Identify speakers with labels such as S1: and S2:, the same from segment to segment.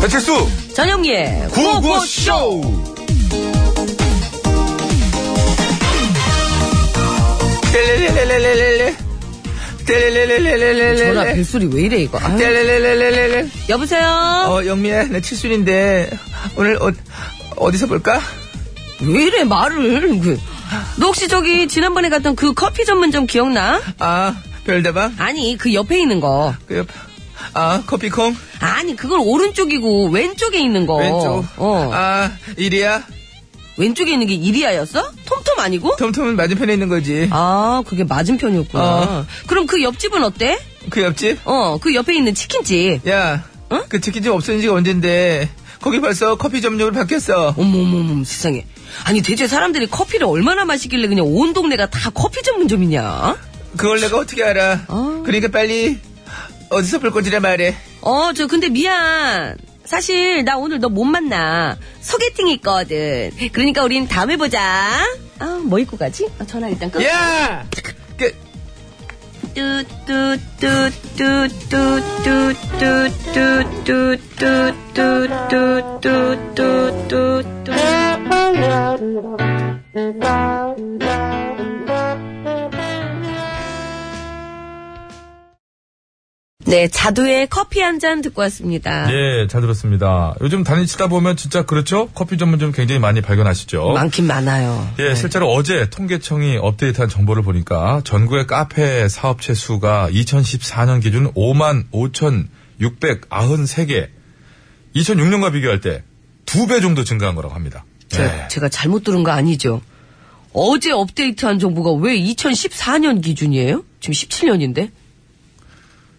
S1: 배칠수
S2: 전영미의
S1: 구호구쇼 떼레레레레레레레
S2: 전화
S1: 떼레레레레레레레
S2: 벨소리 왜 이래 이거 아유,
S1: 떼레레레레레레
S2: 여보세요
S1: 네. 어 영미야 내 칠순인데 오늘 어, 어디서 볼까?
S2: 왜 이래 말을 그, 너 혹시 저기 지난번에 갔던 그 커피 전문점 기억나?
S1: 아 별다방
S2: 아니 그 옆에 있는 거
S1: 그 옆. 아 커피콩
S2: 아니 그걸 오른쪽이고 왼쪽에 있는 거
S1: 왼쪽
S2: 어.
S1: 아 이리야
S2: 왼쪽에 있는 게 이리아였어? 톰톰 아니고?
S1: 톰톰은 맞은편에 있는 거지
S2: 아 그게 맞은편이었구나
S1: 어.
S2: 그럼 그 옆집은 어때?
S1: 그 옆집
S2: 어그 옆에 있는 치킨집
S1: 야,
S2: 응?
S1: 그 치킨집 없어진 지가 언젠데, 거기 벌써 커피 점용으로 바뀌었어.
S2: 어머머머 세상에 아니 대체 사람들이 커피를 얼마나 마시길래 그냥 온 동네가 다 커피 전문점이냐
S1: 그걸 내가 어떻게 알아.
S2: 아.
S1: 그러니까 빨리, 어디서 볼 건지라 말해.
S2: 어 저 근데 미안 사실 나 오늘 너 못 만나 소개팅이 있거든 그러니까 우린 다음에 보자 아 뭐 입고 가지? 아, 전화 일단 끊
S3: 예.
S1: 야! 그,
S2: 네, 자두의 커피 한 잔 듣고 왔습니다.
S4: 예, 잘 들었습니다. 요즘 다니시다 보면 진짜 그렇죠? 커피 전문점 굉장히 많이 발견하시죠?
S2: 많긴 네. 많아요.
S4: 어? 예, 실제로 어제 통계청이 업데이트한 정보를 보니까 전국의 카페 사업체 수가 2014년 기준 5만 5,693개, 2006년과 비교할 때 두 배 정도 증가한 거라고 합니다.
S2: 제가,
S4: 예.
S2: 제가 잘못 들은 거 아니죠? 어제 업데이트한 정보가 왜 2014년 기준이에요? 지금 17년인데?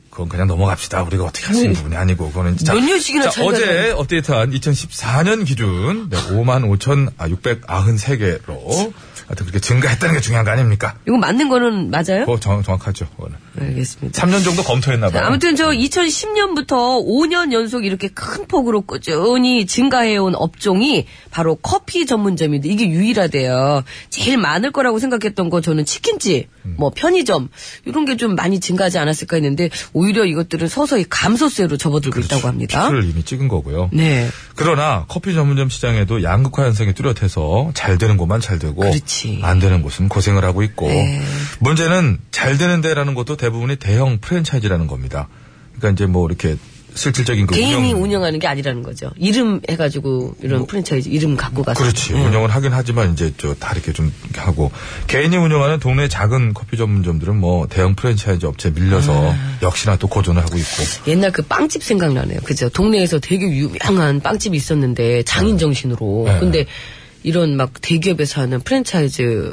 S4: 그건 그냥 넘어갑시다. 우리가 어떻게 할 수 있는 부분이 아니고 그거는 진짜
S2: 몇 년씩이나
S4: 자,
S2: 차이가
S4: 어제 업데이트한 2014년 기준 네, 55,693개로 하여튼 그렇게 증가했다는 게 중요한 거 아닙니까?
S2: 이거 맞는 거는 맞아요?
S4: 그거 어, 정, 정확하죠. 그거는.
S2: 알겠습니다.
S4: 3년 정도 검토했나 봐요.
S2: 아무튼 저 2010년부터 5년 연속 이렇게 큰 폭으로 꾸준히 증가해온 업종이 바로 커피 전문점인데 이게 유일하대요. 제일 많을 거라고 생각했던 거 저는 치킨집, 뭐 편의점 이런 게 좀 많이 증가하지 않았을까 했는데 오히려 이것들은 서서히 감소세로 접어들고 있다고 합니다.
S4: 를 그렇죠. 이미 찍은 거고요.
S2: 네.
S4: 그러나 커피 전문점 시장에도 양극화 현상이 뚜렷해서 잘 되는 곳만 잘 되고
S2: 그렇지.
S4: 안 되는 곳은 고생을 하고 있고
S2: 네.
S4: 문제는 잘 되는 데라는 것도 대부분이 대형 프랜차이즈라는 겁니다. 그러니까 이제 뭐 이렇게 실질적인 그
S2: 개인이
S4: 운영 뭐
S2: 운영... 하는게 아니라는 거죠. 이름 해가지고 이런 프랜차이즈 이름 갖고 가서. 네.
S4: 그렇지 운영을 하긴 하지만 이제 저 다 이렇게 좀 이렇게 하고 개인이 운영하는 동네 작은 커피 전문점들은 뭐 대형 프랜차이즈 업체 밀려서
S2: 아.
S4: 역시나 또 고전을 하고 있고
S2: 옛날 그 빵집 생각나네요. 그죠? 동네에서 되게 유명한 빵집이 있었는데 장인 정신으로.
S4: 네.
S2: 근데 이런 막 대기업에서 하는 프랜차이즈의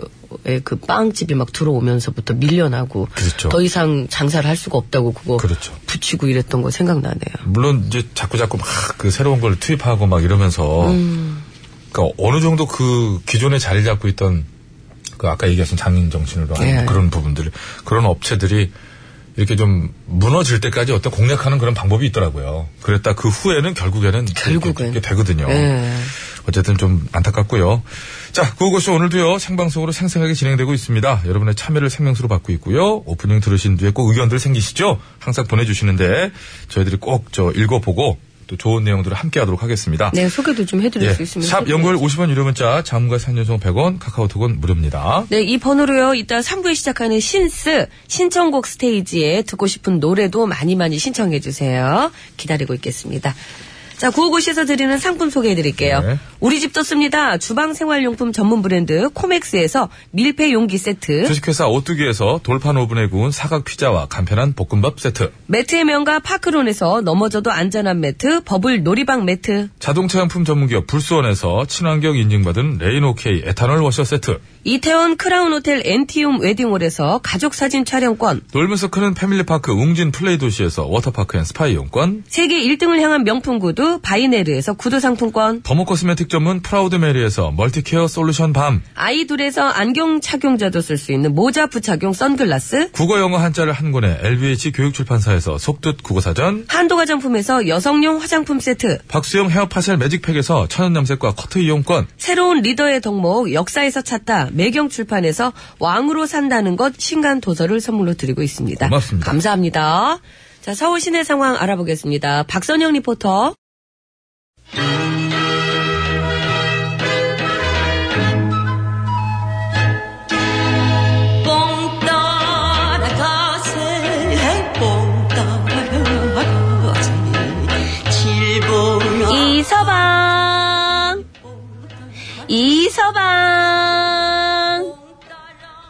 S2: 그 빵집이 막 들어오면서부터 밀려나고
S4: 그렇죠.
S2: 더 이상 장사를 할 수가 없다고 그거
S4: 그렇죠.
S2: 붙이고 이랬던 거 생각나네요.
S4: 물론 이제 자꾸 자꾸 막 그 새로운 걸 투입하고 막 이러면서 그러니까 어느 정도 그 기존에 자리 잡고 있던 그 아까 얘기하신 장인 정신으로 하는
S2: 예.
S4: 그런 부분들 그런 업체들이 이렇게 좀 무너질 때까지 어떤 공략하는 그런 방법이 있더라고요. 그랬다 그 후에는 결국에는
S2: 결국은.
S4: 이렇게 그러니까 되거든요.
S2: 예.
S4: 어쨌든 좀 안타깝고요. 자, 구호고쇼 오늘도요 생방송으로 생생하게 진행되고 있습니다. 여러분의 참여를 생명수로 받고 있고요. 오프닝 들으신 뒤에 꼭 의견들 생기시죠? 항상 보내주시는데 저희들이 꼭 저 읽어보고 또 좋은 내용들을 함께하도록 하겠습니다. 예.
S2: 네, 소개도 좀 해드릴 수 있으면.
S4: 샵
S2: 소개.
S4: 연구월 50원 유료 문자, 자문과 산연송 100원, 카카오톡은 무료입니다.
S2: 네, 이 번호로요. 이따 3부에 시작하는 신스 신청곡 스테이지에 듣고 싶은 노래도 많이 많이 신청해 주세요. 기다리고 있겠습니다. 자, 구호고시에서 드리는 상품 소개해 드릴게요.
S4: 네.
S2: 우리 집도 씁니다. 주방 생활용품 전문 브랜드 코맥스에서 밀폐 용기 세트,
S4: 주식회사 오뚜기에서 돌판 오븐에 구운 사각 피자와 간편한 볶음밥 세트,
S2: 매트의 명가 파크론에서 넘어져도 안전한 매트, 버블 놀이방 매트,
S4: 자동차 용품 전문기업 불수원에서 친환경 인증받은 레인오케이 에탄올 워셔 세트,
S2: 이태원 크라운 호텔 엔티움 웨딩홀에서 가족 사진 촬영권,
S4: 놀면서 크는 패밀리파크 웅진 플레이 도시에서 워터파크 앤 스파 이용권,
S2: 세계 1등을 향한 명품 구두 바이네르에서 구두 상품권,
S4: 더모 코스메틱 전문 프라우드 메리에서 멀티케어 솔루션 밤,
S2: 아이 둘에서 안경 착용자도 쓸 수 있는 모자 부착용 선글라스,
S4: 국어 영어 한자를 한 권에 LBH 교육출판사에서 속뜻 국어사전,
S2: 한도 화장품에서 여성용 화장품 세트,
S4: 박수영 헤어파셀 매직팩에서 천연염색과 커트 이용권,
S2: 새로운 리더의 덕목 역사에서 찾다 매경 출판에서 왕으로 산다는 것 신간 도서를 선물로 드리고 있습니다.
S4: 고맙습니다.
S2: 감사합니다. 자, 서울 시내 상황 알아보겠습니다. 박선영 리포터.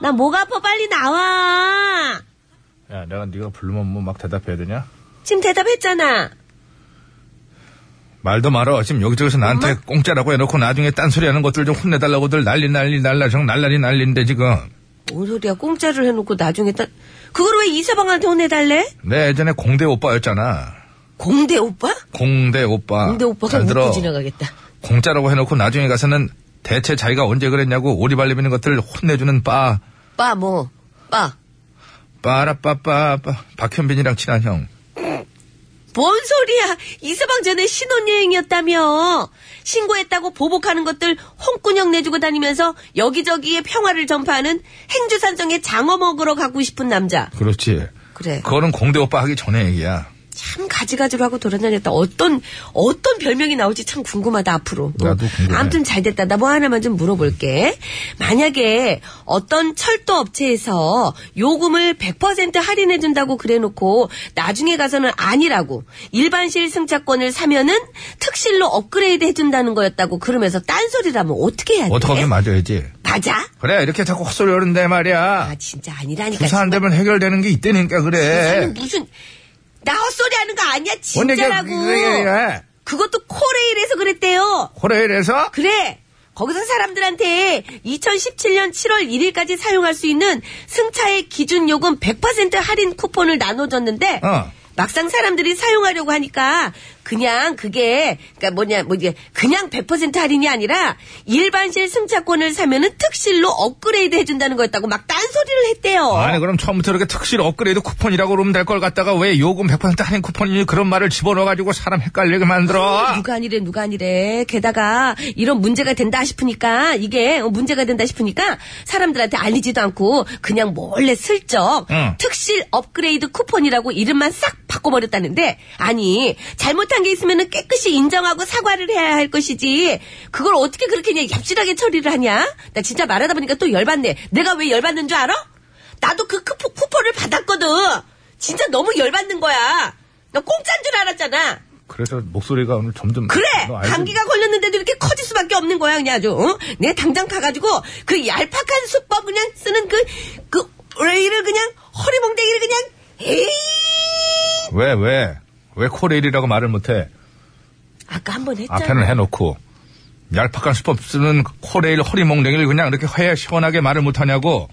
S2: 아, 목 아파, 빨리 나와.
S4: 야, 내가 네가 부르면 뭐 막 대답해야 되냐?
S2: 지금 대답했잖아.
S4: 말도 말어. 지금 여기저기서 나한테 공짜라고 해놓고 나중에 딴소리 하는 것들 좀 혼내달라고들 난리 난리 날라 정 날라리 난리인데 지금.
S2: 뭔 소리야, 공짜를 해놓고 나중에 딴, 그걸 왜 이서방한테 혼내달래?
S4: 내 예전에 공대 오빠였잖아.
S2: 공대 오빠?
S4: 공대 오빠.
S2: 공대 오빠가
S4: 아, 잘
S2: 웃고
S4: 들어.
S2: 지나가겠다.
S4: 공짜라고 해놓고 나중에 가서는 대체 자기가 언제 그랬냐고 오리발리비는 것들 혼내주는 빠.
S2: 빠, 뭐, 빠.
S4: 빠라빠빠 빠. 박현빈이랑 친한 형.
S2: 뭔 소리야, 이서방 전에 신혼여행이었다며. 신고했다고 보복하는 것들 홍군형 내주고 다니면서 여기저기에 평화를 전파하는 행주산성에 장어 먹으러 가고 싶은 남자.
S4: 그렇지.
S2: 그래.
S4: 그거는 공대 오빠 하기 전에 얘기야.
S2: 참 가지가지로 하고 돌아다녔다. 어떤 어떤 별명이 나올지 참 궁금하다 앞으로. 어?
S4: 나도 궁금해.
S2: 아무튼 잘 됐다. 나 뭐 하나만 좀 물어볼게. 만약에 어떤 철도 업체에서 요금을 100% 할인해 준다고 그래 놓고 나중에 가서는 아니라고 일반실 승차권을 사면은 특실로 업그레이드 해 준다는 거였다고 그러면서 딴소리라면 어떻게 해야 돼?
S4: 어떡하게 맞아야지.
S2: 맞아?
S4: 그래 이렇게 자꾸 헛소리 하는데 말이야.
S2: 아 진짜 아니라니까.
S4: 부산 안 되면 해결되는 게 있다니까
S2: 부산은
S4: 그래.
S2: 무슨 나 헛소리 하는 거 아니야
S4: 뭔 얘기야,
S2: 진짜라고.
S4: 그래.
S2: 그것도 코레일에서 그랬대요.
S4: 호레일에서
S2: 그래. 거기서 사람들한테 2017년 7월 1일까지 사용할 수 있는 승차의 기준 요금 100% 할인 쿠폰을 나눠줬는데
S4: 어.
S2: 막상 사람들이 사용하려고 하니까 그냥 그게 그러니까 뭐냐 뭐 이게 그냥 100% 할인이 아니라 일반실 승차권을 사면은 특실로 업그레이드 해준다는 거였다고 막 딴소리를 했대요.
S4: 아니 그럼 처음부터 이렇게 특실 업그레이드 쿠폰이라고 그러면 될 걸 갖다가 왜 요금 100% 할인 쿠폰이니 그런 말을 집어넣어가지고 사람 헷갈리게 만들어
S2: 누가 아니래 누가 아니래 게다가 이런 문제가 된다 싶으니까 이게 어, 문제가 된다 싶으니까 사람들한테 알리지도 않고 그냥 몰래 슬쩍
S4: 응.
S2: 특실 업그레이드 쿠폰이라고 이름만 싹 바꿔버렸다는데 아니 잘못한 게 있으면 깨끗이 인정하고 사과를 해야 할 것이지 그걸 어떻게 그렇게 그냥 얍실하게 처리를 하냐 나 진짜 말하다 보니까 또 열받네 내가 왜 열받는 줄 알아? 나도 그 쿠폰, 쿠폰을 받았거든 진짜 너무 열받는 거야 나 공짜인 줄 알았잖아
S4: 그래서 목소리가 오늘 점점
S2: 그래
S4: 너 알지?
S2: 감기가 걸렸는데도 이렇게 커질 수밖에 없는 거야 그냥 아주 어? 내 당장 가가지고 그 얄팍한 수법 그냥 쓰는 그그 레이를 그냥 허리몽댕이를 그냥 에이
S4: 왜 왜? 왜 코레일이라고 말을 못해
S2: 아까 한 번 했잖아
S4: 앞에는 해놓고 얄팍한 수법 쓰는 코레일 허리몽댕이를 그냥 이렇게 허야 시원하게 말을 못하냐고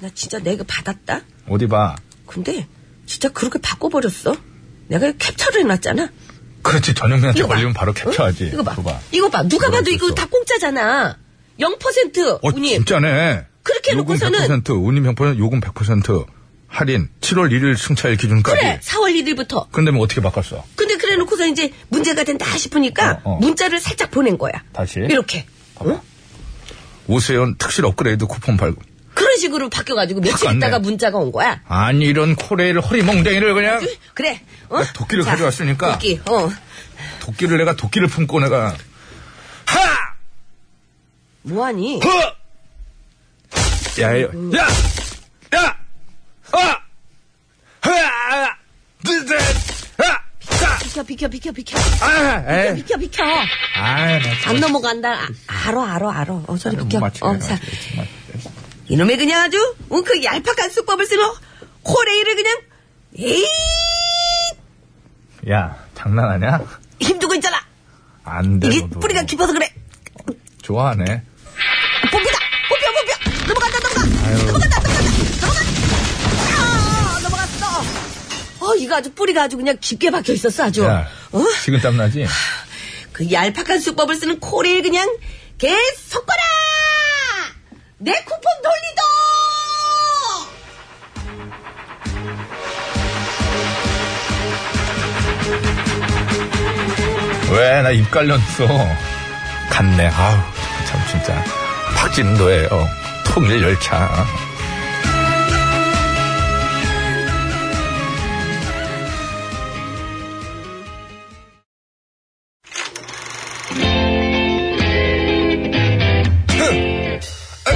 S2: 나 진짜 내가 받았다
S4: 어디 봐
S2: 근데 진짜 그렇게 바꿔버렸어 내가 캡처를 해놨잖아
S4: 그렇지 전영미한테
S2: 이거 봐.
S4: 걸리면 바로
S2: 응?
S4: 캡처하지
S2: 이거 봐
S4: 그거 어,
S2: 이거 봐 누가 봐도 이거
S4: 그랬었어.
S2: 다 공짜잖아 0%
S4: 어,
S2: 운임
S4: 진짜네.
S2: 그렇게
S4: 요금
S2: 해놓고서는-
S4: 100%, 운임 100%, 요금 100% 할인 7월 1일 승차일 기준까지.
S2: 그래 4월 1일부터
S4: 근데 뭐 어떻게 바꿨어?
S2: 근데 그래 놓고서 이제 문제가 된다 싶으니까
S4: 어, 어.
S2: 문자를 살짝 보낸 거야.
S4: 다시?
S2: 이렇게. 응?
S4: 오세훈 특실 업그레이드 쿠폰 발급.
S2: 그런 식으로 바뀌어가지고 며칠
S4: 바꿨네.
S2: 있다가 문자가 온 거야.
S4: 아니 이런 코레일 허리멍댕이를 그냥
S2: 그래. 어?
S4: 내가 아. 도끼를
S2: 자,
S4: 가져왔으니까.
S2: 도끼. 어.
S4: 도끼를 내가 도끼를 품고 내가 하!
S2: 뭐하니?
S4: 허! 야, 야, 야! 야! 아! 하! 아! 뜨, 뜨, 아!
S2: 비켜 비켜 비켜 비켜
S4: 아! 에이.
S2: 비켜 비켜.
S4: 아, 나
S2: 안
S4: 정말
S2: 넘어간다. 아, 알어 알어 알어. 어 저리
S4: 아, 못
S2: 비켜.
S4: 맞추네,
S2: 어
S4: 나
S2: 자.
S4: 정말.
S2: 이놈의 그냥 아주 어, 그 얄팍한 수법을 쓰면 코레이를 그냥 에이
S4: 야, 장난하냐?
S2: 힘주고 있잖아.
S4: 안 돼.
S2: 이게
S4: 네, 너도.
S2: 뿌리가 깊어서 그래.
S4: 좋아하네.
S2: 뽑히다 뽑혀 뽑혀 넘어간다 넘어가 넘어간다 넘어간다 넘어가 아 넘어갔어 어 이거 아주 뿌리가 아주 그냥 깊게 박혀 있었어 아주
S4: 야,
S2: 어?
S4: 지금 땀나지?
S2: 그 얄팍한 수법을 쓰는 코레일 그냥 계속 거라 내 쿠폰 돌리도
S4: 왜, 나 입 갈렸어. 갔네, 아우, 참, 진짜. 박진도예요 통일 열차.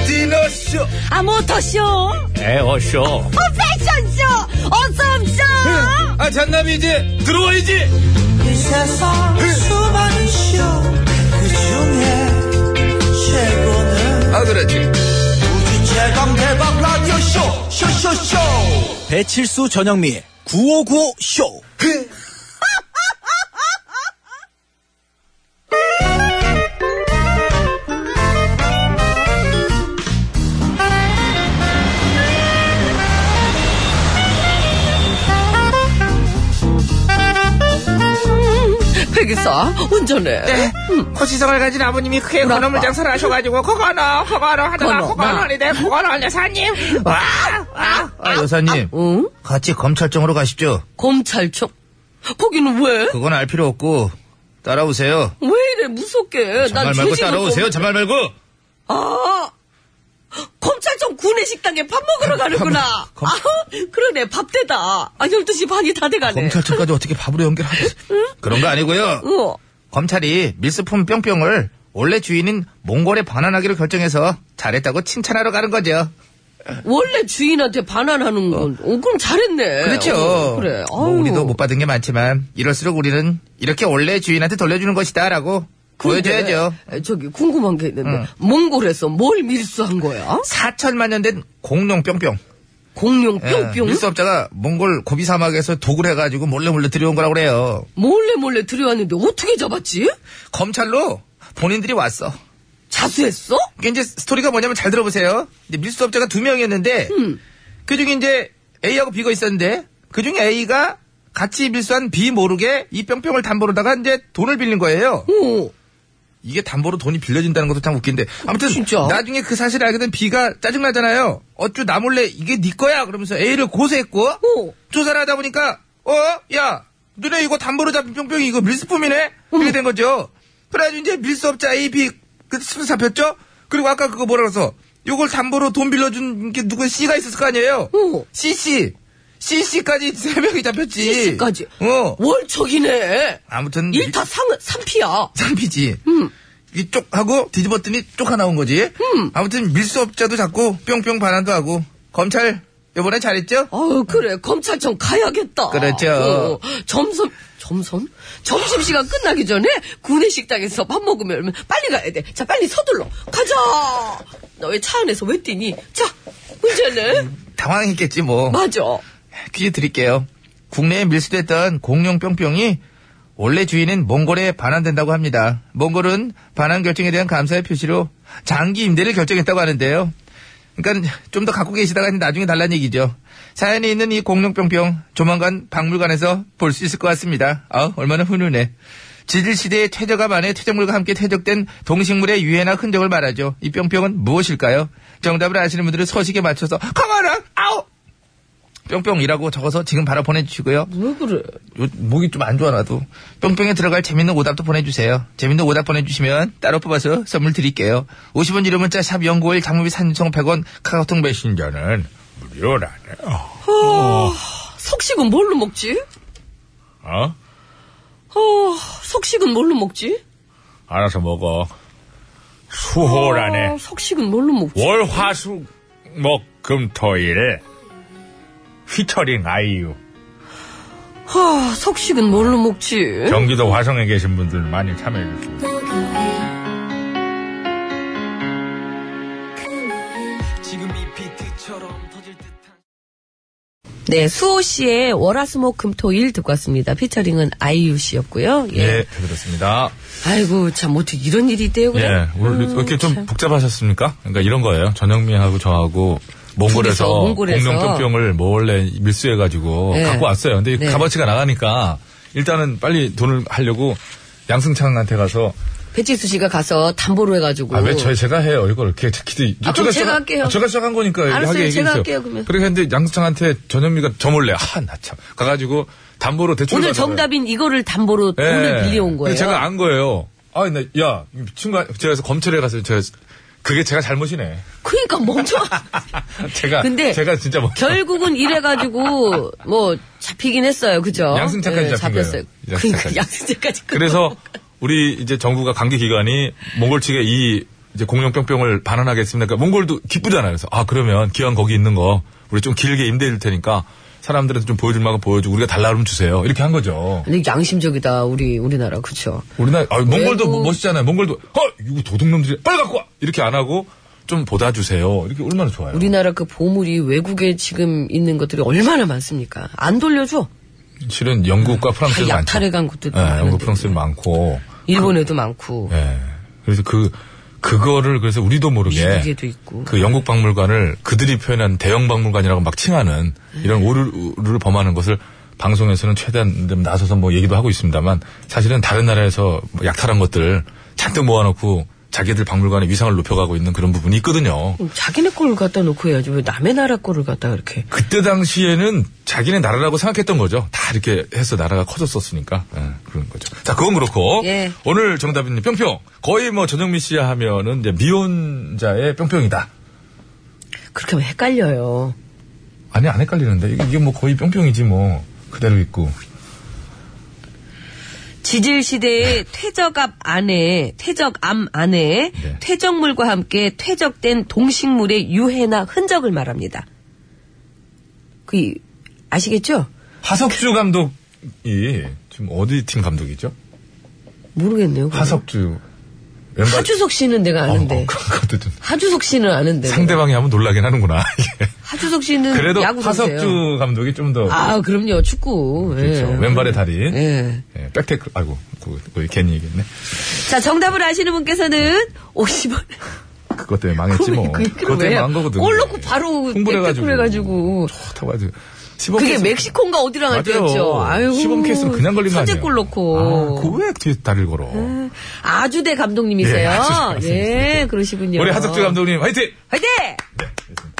S4: 디너쇼!
S2: 아 모터쇼
S4: 에어쇼!
S2: 어, 패션쇼 어썸쇼
S4: 아, 잔남이 이제 들어와야지!
S5: 이 세상 수많은 쇼그 중에 최고는
S4: 아, 그렇지.
S5: 우주 최 대강 대박 라디오 쇼 쇼쇼쇼
S6: 배칠수 전영미의 9595쇼.
S2: 백이사 운전해.
S1: 네, 고시성을 가진 아버님이 크게
S2: 우리
S1: 건어물
S2: 아빠.
S1: 장사를 하셔가지고 코건어 코건어 하다가
S2: 건어, 나.
S1: 코건어 하는데 코건어 여사님 와, 와,
S3: 아, 여사님.
S2: 응?
S3: 같이 검찰청으로 가십시오.
S2: 검찰청? 거기는 왜?
S3: 그건 알 필요 없고, 따라오세요.
S2: 왜 이래 무섭게?
S3: 장말
S2: 난
S3: 말고
S2: 죄지을
S3: 따라오세요, 장말 말고!
S2: 아, 검찰청 구내 식당에 밥 먹으러 가는구나.
S3: 검-
S2: 아, 그러네 밥대다. 아 12시 반이 다 돼가네.
S3: 검찰청까지 어떻게 밥으로 연결하겠어? 그런 거 아니고요.
S2: 어.
S3: 검찰이 밀수품 뿅뿅을 원래 주인인 몽골에 반환하기로 결정해서 잘했다고 칭찬하러 가는 거죠.
S2: 원래 주인한테 반환하는 건, 어, 그럼 잘했네. 어,
S3: 그렇죠.
S2: 그래.
S3: 뭐
S2: 아유.
S3: 우리도 못 받은 게 많지만 이럴수록 우리는 이렇게 원래 주인한테 돌려주는 것이다라고
S2: 근데,
S3: 보여줘야죠.
S2: 에, 저기, 궁금한 게 있는데, 몽골에서 뭘 밀수한 거야?
S3: 4천만 년 된 공룡 뿅뿅.
S2: 공룡
S3: 예,
S2: 뿅뿅?
S3: 밀수업자가 몽골 고비 사막에서 독을 해가지고 몰래 몰래 들여온 거라고 그래요.
S2: 몰래 몰래 들여왔는데 어떻게 잡았지?
S3: 검찰로 본인들이 왔어.
S2: 자수했어?
S3: 이게 이제 스토리가 뭐냐면 잘 들어보세요. 이제 밀수업자가 두 명이었는데 그 중에 이제 A하고 B가 있었는데 그 중에 A가 같이 밀수한 B 모르게 이 뿅뿅을 담보로다가 이제 돈을 빌린 거예요.
S2: 어.
S3: 이게 담보로 돈이 빌려진다는 것도 참 웃긴데 아무튼
S2: 진짜?
S3: 나중에 그 사실을 알게 된 B가 짜증나잖아요. 어쭈 나 몰래 이게 네 거야 그러면서 A를 고소했고
S2: 어.
S3: 조사를 하다 보니까 어야 너네 이거 담보로 잡힌 뿅뿅이 이거 밀수품이네 이렇게 된 거죠. 그래가지고 이제 밀수업자 A, B 그 수로 잡혔죠. 그리고 아까 그거 뭐라 그래서 요걸 담보로 돈 빌려준 게 누구 C가 있었을 거 아니에요.
S2: 어.
S3: C C C C까지 세 명이 잡혔지.
S2: 시까지.
S3: 어
S2: 월척이네.
S3: 아무튼
S2: 일타 3, 삼피야
S3: 쌈피지.
S2: 음.
S3: 이쪽 하고 뒤집었더니 쪽하 나온 거지. 아무튼 밀수업자도 자꾸 뿅뿅 반환도 하고 검찰 이번에 잘했죠?
S2: 아유, 그래. 검찰청 가야겠다.
S3: 그렇죠.
S2: 어, 점심, 점심? 점심시간 끝나기 전에 구내식당에서 밥 먹으면 빨리 가야 돼. 자, 빨리 서둘러. 가자! 너 왜 차 안에서 왜 뛰니? 자, 문제는?
S3: 당황했겠지 뭐.
S2: 맞아.
S3: 퀴즈 드릴게요. 국내에 밀수됐던 공룡 뿅뿅이 원래 주인은 몽골에 반환된다고 합니다. 몽골은 반환 결정에 대한 감사의 표시로 장기 임대를 결정했다고 하는데요. 그러니까 좀 더 갖고 계시다가 나중에 달란 얘기죠. 사연에 있는 이 공룡 뿅뿅 조만간 박물관에서 볼 수 있을 것 같습니다. 아, 얼마나 훈훈해. 지질 시대의 퇴적암 안에 퇴적물과 함께 퇴적된 동식물의 유해나 흔적을 말하죠. 이 뿅뿅은 무엇일까요? 정답을 아시는 분들은 서식에 맞춰서 커가라 아우 뿅뿅이라고 적어서 지금 바로 보내주시고요.
S2: 왜 그래?
S3: 요- 목이 좀 안 좋아 나도 뿅뿅에 들어갈 재밌는 오답도 보내주세요. 재밌는 오답 보내주시면 따로 뽑아서 선물 드릴게요. 50원 유료 문자 샵 연구일 장무비 산청 100원 카카오톡 메신저는 무료라네.
S2: 석식은 뭘로 먹지?
S4: 어?
S2: 어, 석식은 뭘로 먹지?
S4: 알아서 먹어. 수호라네.
S2: 어, 석식은 뭘로 먹지?
S4: 월화수목금토일 휘처링 아이유.
S2: 하, 아, 석식은 뭘로 먹지?
S4: 경기도 화성에 계신 분들 많이 참여해주세요.
S5: 지금 이 비트처럼 터질 듯한
S2: 네, 수호 씨의 월화수목금토일 듣고 왔습니다. 피처링은 아이유 씨였고요. 예.
S4: 예, 잘 들었습니다.
S2: 아이고 참 어떻게 이런 일이 있대요 그래?
S4: 예, 오늘
S2: 음,
S4: 이렇게 좀
S2: 참.
S4: 복잡하셨습니까? 그러니까 이런 거예요. 전영미하고 저하고 몽골에서
S2: 둘이서, 몽골에서.
S4: 공룡 뿅뿅을 몰래 밀수해가지고
S2: 네.
S4: 갖고 왔어요. 근데 이
S2: 네.
S4: 값어치가 나가니까 일단은 빨리 돈을 하려고 양승창한테 가서
S2: 배치수 씨가 가서 담보로 해가지고
S4: 아, 왜 저, 제가 해요, 이걸. 이렇게, 특히,
S2: 아, 그럼 제가 할게요.
S4: 아, 제가 시작한 거니까.
S2: 알았어요,
S4: 하게 얘기해주세요.
S2: 제가 할게요, 그러면.
S4: 그렇게 했는데, 양수창한테 전현미가 저 몰래, 아, 나 참. 가가지고, 담보로 대출 예.
S2: 오늘 정답인 이거를 담보로 돈을 빌려온 거예요.
S4: 네. 제가 안 거예요. 아, 나, 야, 이 미친 거, 아니- 제가 그래서 검찰에 가서, 제가, 그게 제가 잘못이네.
S2: 그러니까 멍청.
S4: 제가,
S2: 근데
S4: 제가 진짜 뭐.
S2: 결국은 이래가지고 뭐 잡히긴 했어요, 그죠? 네,
S4: 양승차까지 잡힌
S2: 잡혔어요.
S4: 거예요.
S2: 그러니까
S4: 양승차까지.
S2: 양승차까지.
S4: 그래서, 우리 이제 정부가 관계 기관이 몽골 측에 이, 이제 공룡 뿅뿅을 반환하겠습니다. 그러니까 몽골도 기쁘잖아요. 그래서, 아, 그러면 기왕 거기 있는 거, 우리 좀 길게 임대해 줄 테니까, 사람들한테 좀 보여줄 만큼 보여주고, 우리가 달라 그러면 주세요. 이렇게 한 거죠.
S2: 근데 양심적이다 우리 우리나라 그렇죠.
S4: 우리나라 아, 몽골도
S2: 외국-
S4: 멋있잖아요. 몽골도 어 이거 도둑놈들이 빨리 갖고 와 이렇게 안 하고 좀 보다 주세요. 이렇게 얼마나 좋아요.
S2: 우리나라 그 보물이 외국에 지금 있는 것들이 얼마나 많습니까? 안 돌려줘.
S4: 실은 영국과 프랑스도
S2: 다
S4: 많죠.
S2: 약탈해 간 것들도
S4: 예, 영국
S2: 많은데.
S4: 프랑스도 많고.
S2: 일본에도 많고.
S4: 예. 그래서 그 그거를 그래서 우리도 모르게
S2: 미국에도 있고.
S4: 그 영국 박물관을 그들이 표현한 대형 박물관이라고 막 칭하는 이런 오류를 범하는 것을 방송에서는 최대한 좀 나서서 뭐 얘기도 하고 있습니다만 사실은 다른 나라에서 뭐 약탈한 것들 잔뜩 모아놓고 자기들 박물관의 위상을 높여가고 있는 그런 부분이 있거든요.
S2: 자기네 걸 갖다 놓고 해야지 왜 남의 나라 거를 갖다가 이렇게
S4: 그때 당시에는 자기네 나라라고 생각했던 거죠. 다 이렇게 해서 나라가 커졌었으니까 예, 그런 거죠. 자 그건 그렇고
S2: 예.
S4: 오늘 정답은 뿅뿅 거의 뭐 전영미 씨 하면은 이제 미혼자의 뿅뿅이다.
S2: 그렇게 하면 헷갈려요.
S4: 아니 안 헷갈리는데 이게, 이게 뭐 거의 뿅뿅이지 뭐 그대로 있고
S2: 지질 시대의 퇴적암 안에 퇴적암 안에
S4: 네.
S2: 퇴적물과 함께 퇴적된 동식물의 유해나 흔적을 말합니다. 그 이- 아시겠죠?
S4: 하석주 감독이 지금 어디 팀 감독이죠?
S2: 모르겠네요. 그거.
S4: 하석주 왼발
S2: 하주석 씨는 내가
S4: 어,
S2: 아는데.
S4: 어, 그런 것도 좀
S2: 하주석 씨는 아는데.
S4: 상대방이 하면 놀라긴 하는구나. 이게.
S2: 하주석 씨는
S4: 그래도
S2: 야구 선수예요.
S4: 하석주 감독이 좀더
S2: 아, 그럼요. 축구. 예.
S4: 그렇죠. 왼발의 달인.
S2: 예.
S4: 예, 백테크, 아이고, 그, 그, 괜히 얘기했네.
S2: 자, 정답을 아시는 분께서는 50원.
S4: 그것 때문에 망했지 뭐. 그것 때문에 망한 거거든.
S2: 골 넣고 바로
S4: 흥분해 가지고.
S2: 해가지고.
S4: 좋다고 하지. 시범
S2: 그게
S4: 케이스-
S2: 멕시코인가 어디랑 할
S4: 뭐 맞아요.
S2: 때였죠. 아이고.
S4: 시범 케이스는 그냥 걸린 거 아니에요.
S2: 선제골 넣고. 네.
S4: 아, 그왜 뒤에 다리를 걸어.
S2: 아주대
S4: 예,
S2: 감독님이세요.
S4: 아주대 감독님.
S2: 예, 그러시군요.
S4: 우리 하석주 감독님, 화이팅! 네,
S2: 화이팅!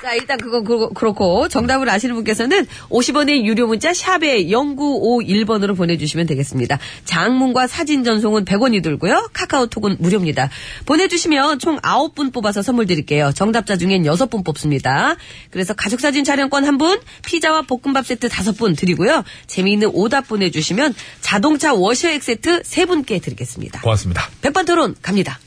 S2: 자, 일단 그건 그거- 그렇고, 정답을 아시는 분께서는 50원의 유료 문자 샵에 0951번으로 보내주시면 되겠습니다. 장문과 사진 전송은 100원이 들고요. 카카오톡은 무료입니다. 보내주시면 총 9분 뽑아서 선물 드릴게요. 정답자 중엔 6분 뽑습니다. 그래서 가족사진 촬영권 1분, 피자와 볶음밥 세트 5분 드리고요. 재미있는 오답 보내주시면 자동차 워셔액 세트 3분께 드리겠습니다.
S4: 고맙습니다.
S2: 백반 토론 갑니다.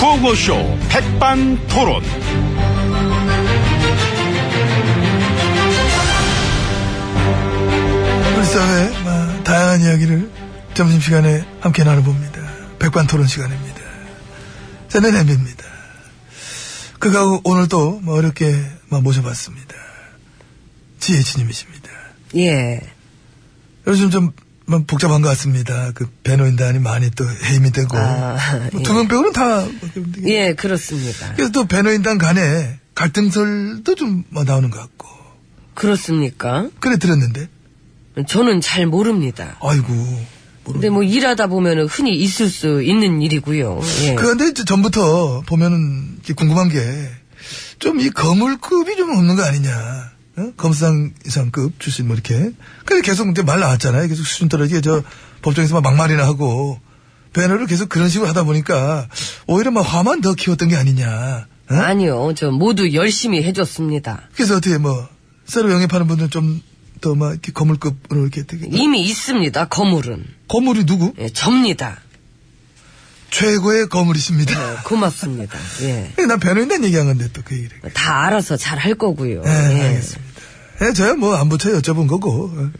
S6: 구호쇼 백반 토론.
S1: 우리 사회의 마, 다양한 이야기를 점심시간에 함께 나눠봅니다. 백반토론 시간입니다. 저는 엠비입니다. 그가 오늘도 뭐 어렵게 뭐 모셔봤습니다. 지혜진님이십니다.
S2: 예.
S1: 요즘 좀뭐 복잡한 것 같습니다. 그 배노인단이 많이 또 해임이 되고
S2: 아,
S1: 뭐
S2: 예.
S1: 두명 빼고는 다 뭐 그런 되게-
S2: 예, 그렇습니다.
S1: 그래서 또 배노인단 간에 갈등설도 좀뭐 나오는 것 같고
S2: 그렇습니까?
S1: 그래 들었는데
S2: 저는 잘 모릅니다.
S1: 아이고 모르겠네.
S2: 근데 뭐 일하다 보면은 흔히 있을 수 있는 일이고요. 예.
S1: 그런데 어? 이제 전부터 보면은 이게 궁금한 게 좀 이 거물급이 좀 없는 거 아니냐. 어? 검수상 이상급 출신 뭐 이렇게. 그래 계속 이제 말 나왔잖아요. 계속 수준 떨어지게 저 법정에서 막 막말이나 하고 배너를 계속 그런 식으로 하다 보니까 오히려 막 화만 더 키웠던 게 아니냐. 어?
S2: 아니요, 저 모두 열심히 해줬습니다.
S1: 그래서 어떻게 뭐 새로 영입하는 분들은 좀 더 막 이렇게 거물급으로 이렇게 되게
S2: 이미 있습니다. 거물은
S1: 거물이 누구?
S2: 예, 접니다.
S1: 최고의 거물이십니다.
S2: 예, 고맙습니다. 예.
S1: 난 배너인단 얘기한 건데 또 그 얘기를.
S2: 다 알아서 잘 할 거고요.
S1: 예,
S2: 예.
S1: 알겠습니다. 예, 저야 뭐 안 붙여 여쭤본 거고. 어.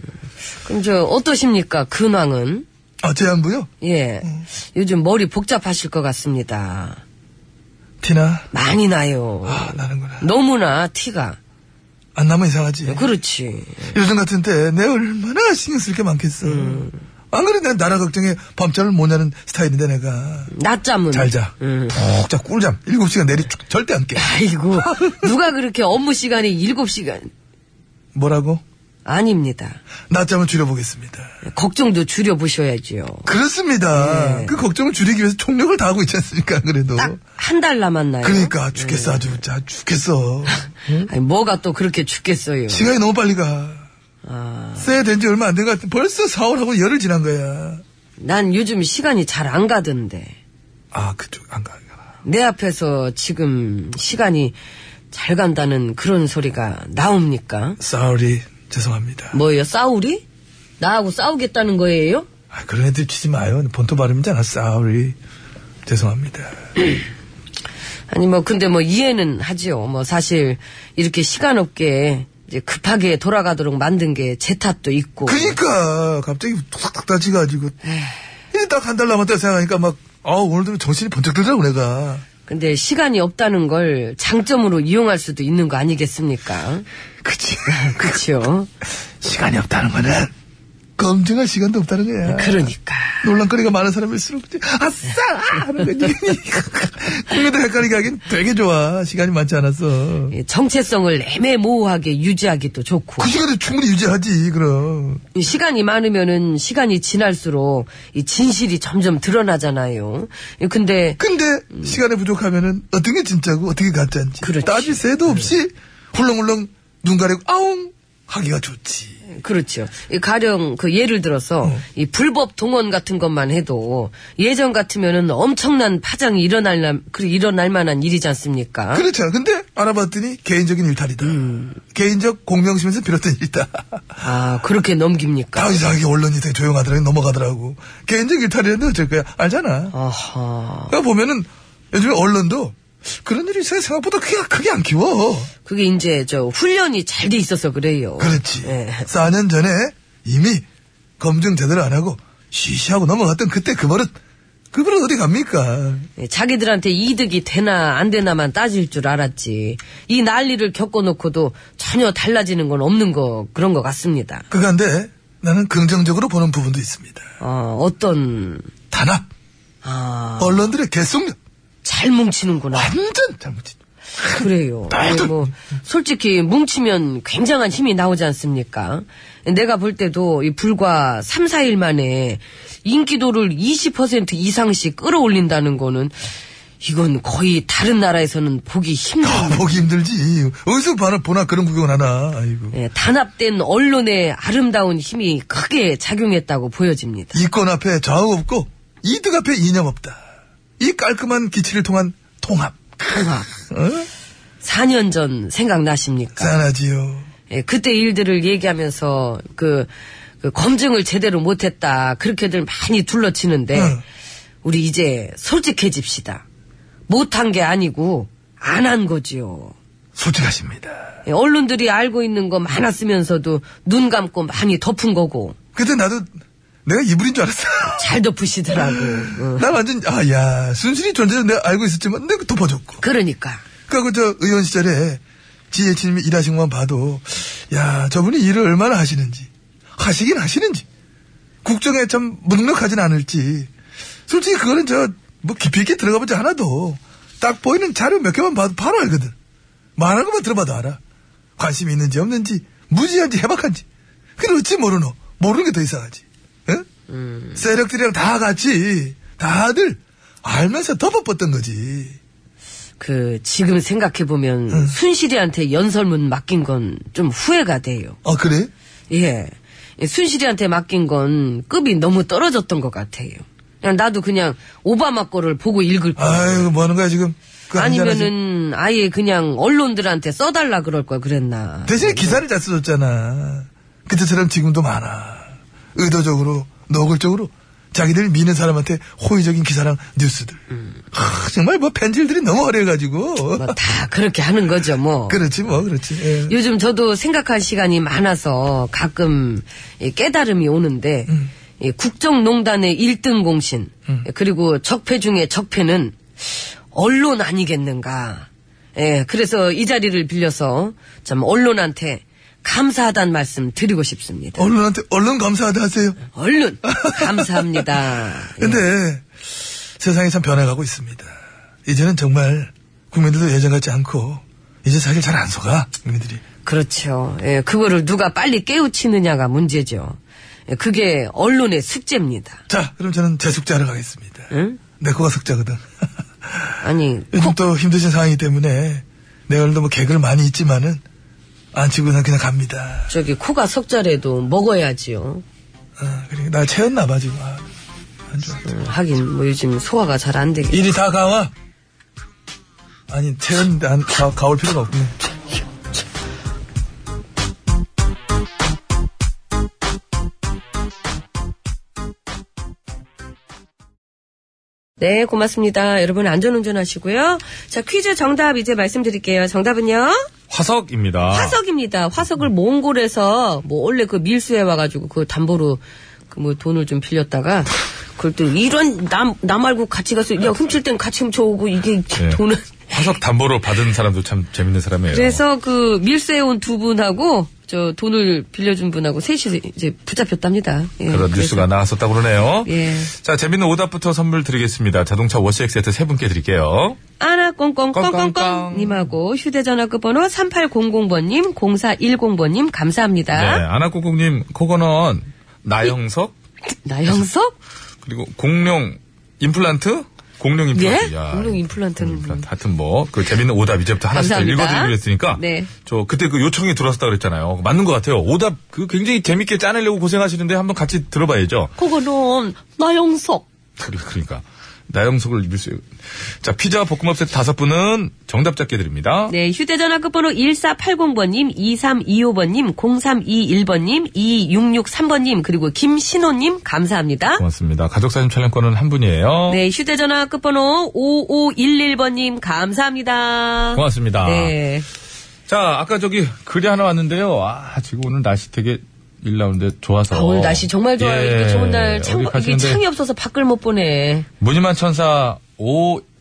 S2: 그럼 저 어떠십니까? 근황은
S1: 아, 제 안부요?
S2: 예.
S1: 네.
S2: 요즘 머리 복잡하실 것 같습니다.
S1: 티나?
S2: 많이 나요.
S1: 아, 나는구나.
S2: 너무나 티가.
S1: 안 나면 이상하지.
S2: 그렇지.
S1: 요즘 같은 때 내 얼마나 신경 쓸 게 많겠어.
S2: 음.
S1: 안 그래, 난 나라 걱정에 밤잠을 못 자는 스타일인데 내가.
S2: 낮잠은
S1: 잘 자.
S2: 음.
S1: 푹 자, 꿀잠. 일곱 시간 내리 쭉, 절대 안 깨.
S2: 아이고, 누가 그렇게 업무 시간이 7시간?
S1: 뭐라고?
S2: 아닙니다.
S1: 낮잠을 줄여보겠습니다.
S2: 걱정도 줄여보셔야지요.
S1: 그렇습니다. 그 걱정을 줄이기 위해서 총력을 다하고 있지 않습니까, 안 그래도.
S2: 네. 딱 네. 한 달 남았나요?
S1: 그러니까, 죽겠어, 아주. 자, 죽겠어.
S2: 아니, 뭐가 또 그렇게 죽겠어요.
S1: 시간이 너무 빨리 가.
S2: 아,
S1: 써야 된 지 얼마 안 된 것 같은데 벌써 4월하고 열흘 지난 거야.
S2: 난 요즘 시간이 잘 안 가던데.
S1: 아, 그쪽 안 가. 가.
S2: 내 앞에서 지금 시간이 잘 간다는 그런 소리가 나옵니까?
S1: Sorry. 죄송합니다.
S2: 뭐예요, 싸우리? 나하고 싸우겠다는 거예요?
S1: 아, 그런 애들 치지 마요. 본토 발음이잖아. Sorry. 죄송합니다.
S2: 아니 뭐 근데 뭐 이해는 하지요. 뭐 사실 이렇게 시간 없게 이제 급하게 돌아가도록 만든 게 제 탓도 있고.
S1: 그니까 그러니까 갑자기 툭툭 다치가지고 이제 딱 한 달 남았다 생각하니까 막 아, 오늘도 정신이 번쩍 들더라고 내가.
S2: 근데 시간이 없다는 걸 장점으로 이용할 수도 있는 거 아니겠습니까?
S1: 그치.
S2: 그렇죠.
S1: 시간이 없다는 거는 검증할 시간도 없다는 거야.
S2: 그러니까.
S1: 논란거리가 많은 사람일수록 이제 아싸 아! 하는 거지. 그래도 헷갈리게 하긴 되게 좋아. 시간이 많지 않았어.
S2: 예, 정체성을 애매모호하게 유지하기도 좋고.
S1: 그 시간에 충분히 유지하지 그럼.
S2: 이 시간이 많으면은 시간이 지날수록 이 진실이 점점 드러나잖아요. 예, 근데
S1: 근데 시간이 부족하면은 어떤 게 진짜고 어떻게 가짜인지
S2: 그렇지. 네.
S1: 따질 새도 없이 훌렁훌렁 눈 가리고 아웅 하기가 좋지.
S2: 그렇죠. 이 가령 그 예를 들어서
S1: 네.
S2: 이 불법 동원 같은 것만 해도 예전 같으면은 엄청난 파장이 일어날 그 일어날 만한 일이지 않습니까?
S1: 그렇잖아. 그렇죠. 근데 알아봤더니 개인적인 일탈이다.
S2: 음.
S1: 개인적 공명심에서 비롯된 일이다.
S2: 아 그렇게
S1: 다
S2: 넘깁니까?
S1: 이상하게 언론이 되게 조용하더라고 넘어가더라고. 개인적 일탈이라는데 어쩔 거야. 알잖아.
S2: 아하.
S1: 그러니까 보면은 요즘에 언론도 그런 일이 있어요. 생각보다 크게, 크게 안 키워.
S2: 그게 이제 저 훈련이 잘 돼 있어서 그래요.
S1: 그렇지.
S2: 예.
S1: 4년 전에 이미 검증 제대로 안 하고 쉬쉬하고 넘어갔던 그때 그 버릇, 그 버릇 어디 갑니까?
S2: 예, 자기들한테 이득이 되나 안 되나만 따질 줄 알았지. 이 난리를 겪어놓고도 전혀 달라지는 건 없는 거 그런 것 같습니다.
S1: 그간데 나는 긍정적으로 보는 부분도 있습니다.
S2: 어, 어떤
S1: 단합,
S2: 아,
S1: 언론들의 개속력,
S2: 잘 뭉치는구나.
S1: 완전 잘못이
S2: 그래요. 아니, 뭐 솔직히 뭉치면 굉장한 힘이 나오지 않습니까? 내가 볼 때도 이 불과 3, 4일 만에 인기도를 20% 이상씩 끌어올린다는 거는 이건 거의 다른 나라에서는 보기 힘든
S1: 아, 보기 힘들지. 어디서 봐나, 보나 그런 구경을 하나. 아이고.
S2: 예, 단합된 언론의 아름다운 힘이 크게 작용했다고 보여집니다.
S1: 이권 앞에 좌우 없고 이득 앞에 이념 없다. 이 깔끔한 기치를 통한 통합. 어?
S2: 통합. 4년 전 생각나십니까?
S1: 짠하지요.
S2: 예, 그때 일들을 얘기하면서 그, 그 검증을 제대로 못했다 그렇게들 많이 둘러치는데
S1: 응.
S2: 우리 이제 솔직해집시다. 못한 게 아니고 안 한 거지요.
S1: 솔직하십니다.
S2: 예, 언론들이 알고 있는 거 많았으면서도 눈 감고 많이 덮은 거고
S1: 그때 나도 내가 이불인 줄 알았어.
S2: 잘 덮으시더라고. 어.
S1: 나 완전 아 야 순순히 존재는 내가 알고 있었지만 내가 덮어줬고.
S2: 그러니까.
S1: 그러니까 그 저 의원 시절에 지혜진님이 일하신 것만 봐도 야 저분이 일을 얼마나 하시는지 하시긴 하시는지 국정에 참 무능력하진 않을지 솔직히 그거는 저 뭐 깊이 있게 들어가보지 않아도 딱 보이는 자료 몇 개만 봐도 바로 알거든 말한 것만 들어봐도 알아 관심이 있는지 없는지 무지한지 해박한지 근데 어찌 모르노 모르는 게 더 이상하지 응? 세력들이랑 다 같이 다들 알면서 덮어뻗던 거지
S2: 그 지금 생각해 보면 순실이한테 연설문 맡긴 건 좀 후회가 돼요.
S1: 아 그래?
S2: 예, 예, 순실이한테 맡긴 건 급이 너무 떨어졌던 것 같아요. 그냥 나도 그냥 오바마 거를 보고 읽을 거.
S1: 아유, 뭐 하는 거야, 지금? 그거 아니잖아, 지금.
S2: 아니면은 아예 그냥 언론들한테 써달라 그럴 걸 그랬나.
S1: 대신에 기사를 잘 써줬잖아. 그때처럼 지금도 많아. 의도적으로, 노골적으로, 자기들 미는 사람한테 호의적인 기사랑 뉴스들. 하, 정말 뭐 펜질들이 너무 어려가지고.
S2: 음. 뭐 다 그렇게 하는 거죠, 뭐.
S1: 그렇지, 뭐, 그렇지. 예.
S2: 요즘 저도 생각할 시간이 많아서 가끔 이 깨달음이 오는데 이 국정농단의 일등 공신
S1: 음.
S2: 그리고 적폐 중에 적폐는 언론 아니겠는가. 예, 그래서 이 자리를 빌려서 참 언론한테 감사하단 말씀 드리고 싶습니다.
S1: 언론한테, 언론 감사하다 하세요.
S2: 언론 감사합니다. 예.
S1: 근데 세상이 참 변해가고 있습니다. 이제는 정말 국민들도 예전 같지 않고, 이제 사실 잘 안 속아, 국민들이.
S2: 그렇죠. 예, 그거를 누가 빨리 깨우치느냐가 문제죠. 예, 그게 언론의 숙제입니다.
S1: 자, 그럼 저는 제 숙제하러 가겠습니다.
S2: 응?
S1: 내 코가 숙제거든.
S2: 아니,
S1: 요즘 또 힘드신 상황이기 때문에 내 얼굴도 뭐 개그를 많이 있지만은 안 치고는 그냥 갑니다.
S2: 저기 코가 석자래도 먹어야지요.
S1: 아, 그래. 나 채웠나 봐 지금. 아, 안 좋아.
S2: 음, 하긴 뭐 요즘 소화가 잘 안 되긴.
S1: 일이 다 가와. 아니 채웠는데 안 가, 가올 필요가 없네.
S2: 네, 고맙습니다. 여러분 안전운전 하시고요. 자, 퀴즈 정답 이제 말씀드릴게요. 정답은요?
S4: 화석입니다.
S2: 화석입니다. 화석을 몽골에서 뭐 원래 그 밀수해 와가지고 그걸 담보로 그 뭐 돈을 좀 빌렸다가 그걸 또 이런 남, 나 말고 같이 가서 야 훔칠 땐 같이 훔쳐오고 이게
S4: 예.
S2: 돈을
S4: 화석 담보로 받은 사람도 참 재밌는 사람이에요.
S2: 그래서 그 밀수해 온 두 분하고 저 돈을 빌려준 분하고 셋이 이제 붙잡혔답니다. 예,
S4: 그런
S2: 그래서.
S4: 뉴스가 나왔었다고 그러네요.
S2: 예.
S4: 자, 재밌는 오답부터 선물 드리겠습니다. 자동차 워시액 세트 세 분께 드릴게요.
S2: 아나 꽁꽁꽁꽁꽁
S4: 꽁꽁꽁.
S2: 님하고 휴대전화 끝번호 3800번님 0410번님
S4: 네,
S2: 감사합니다.
S4: 아나꼬꽁님, 코건원, 나영석,
S2: 나영석?
S4: 그리고 공룡 임플란트? 공룡 임플란트.
S2: 예?
S4: 야,
S2: 공룡 임플란트는
S4: 공룡 임플란트. 하여튼 뭐, 그 재밌는 오답 이제부터 하나씩 더
S2: 감사합니다.
S4: 읽어드리기로 했으니까.
S2: 네.
S4: 저 그때 그 요청이 들어왔다 그랬잖아요. 맞는 것 같아요. 오답 그 굉장히 재밌게 짜내려고 고생하시는데 한번 같이 들어봐야죠.
S2: 그거는 나영석.
S4: 그리고 그러니까. 나영석을 입을 요 자, 피자 볶음밥 세트 다섯 분은 정답 잡게 드립니다.
S2: 네, 휴대전화 끝번호 1480번님, 2325번님, 0321번님, 2663번님, 그리고 김신호님, 감사합니다.
S4: 고맙습니다. 가족사진 촬영권은 한 분이에요.
S2: 네, 휴대전화 끝번호 5511번님, 감사합니다.
S4: 고맙습니다.
S2: 네.
S4: 자, 아까 저기 글이 하나 왔는데요. 아, 지금 오늘 날씨 되게 일 나오는데 좋아서.
S2: 아, 오늘 날씨 정말 좋아요.
S4: 예,
S2: 이게 좋은 날, 창,
S4: 어디
S2: 이게
S4: 가시는데
S2: 창이 없어서 밖을 못 보네.
S4: 무늬만 천사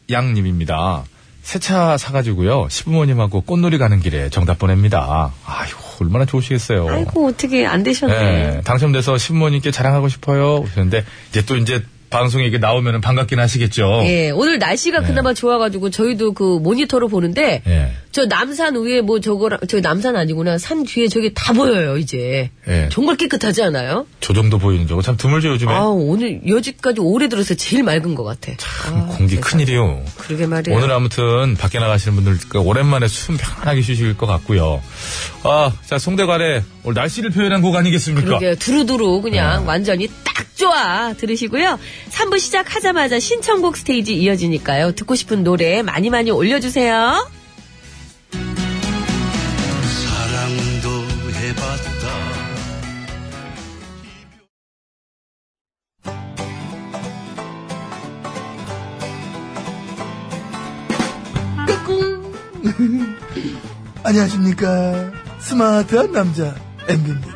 S4: 오양님입니다. 새 차 사가지고요. 시부모님하고 꽃놀이 가는 길에 정답 보냅니다. 아유, 얼마나 좋으시겠어요.
S2: 아이고, 어떻게 안 되셨네.
S4: 예, 당첨돼서 시부모님께 자랑하고 싶어요. 그런데 이제 또 이제 방송에 이게 나오면 반갑긴 하시겠죠.
S2: 예, 오늘 날씨가 그나마 좋아가지고 저희도 그 모니터로 보는데
S4: 네. 예.
S2: 저 남산 위에 뭐 저거랑 저 남산 아니구나 산 뒤에 저게 다 보여요 이제
S4: 예. 네.
S2: 정말 깨끗하지 않아요?
S4: 저 정도 보이는 저거 참 드물죠, 요즘에.
S2: 아 오늘 여지까지 오래 들어서 제일 맑은 것 같아.
S4: 참 공기 큰일이요.
S2: 그러게 말이야.
S4: 오늘 아무튼 밖에 나가시는 분들 그 오랜만에 숨 편하게 쉬실 것 같고요. 아, 자 송대관의 오늘 날씨를 표현한 곡 아니겠습니까?
S2: 그러게 두루두루 그냥
S4: 네.
S2: 완전히 딱 좋아 들으시고요. 3부 시작하자마자 신청곡 스테이지 이어지니까요. 듣고 싶은 노래 많이 많이 올려주세요.
S5: 사랑도 해봤다
S1: 안녕하십니까. 스마트한 남자, MB입니다.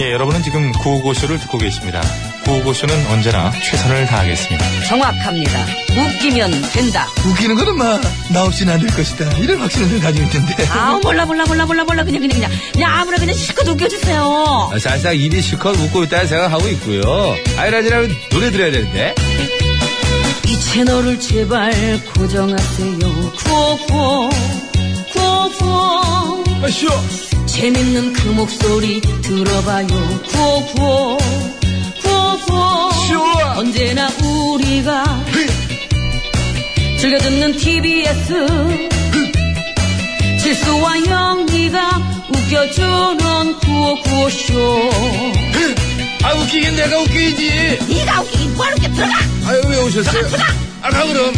S4: 예, 여러분은 지금 구호고쇼를 듣고 계십니다. 구호고쇼는 언제나 최선을 다하겠습니다.
S7: 정확합니다. 웃기면 된다.
S1: 웃기는 거는 마, 나 없이는 안 될 것이다. 이런 확신을 늘 가지고 있던데.
S7: 아 몰라 몰라 몰라 몰라 몰라 그냥 그냥 그냥 그냥 아무나 그냥 실컷 웃겨주세요.
S4: 아,
S3: 사실상 일이 실컷 웃고 있다는 생각하고 있고요. 아이라지라면 노래 들어야 되는데.
S7: 이 채널을 제발 고정하세요. 구호구호, 구호구호.
S4: 아, 쉬어.
S7: 재밌는 그 목소리 들어봐요. 구호구호, 구호구호. 언제나 우리가 즐겨 듣는 TBS. 실수와 영리가 웃겨주는 구호구호쇼.
S3: 아, 웃기긴 내가 웃기지.
S7: 네가 웃기긴 뭘 웃겨 들어가!
S3: 아유, 왜 오셨어요? 아, 가 그럼.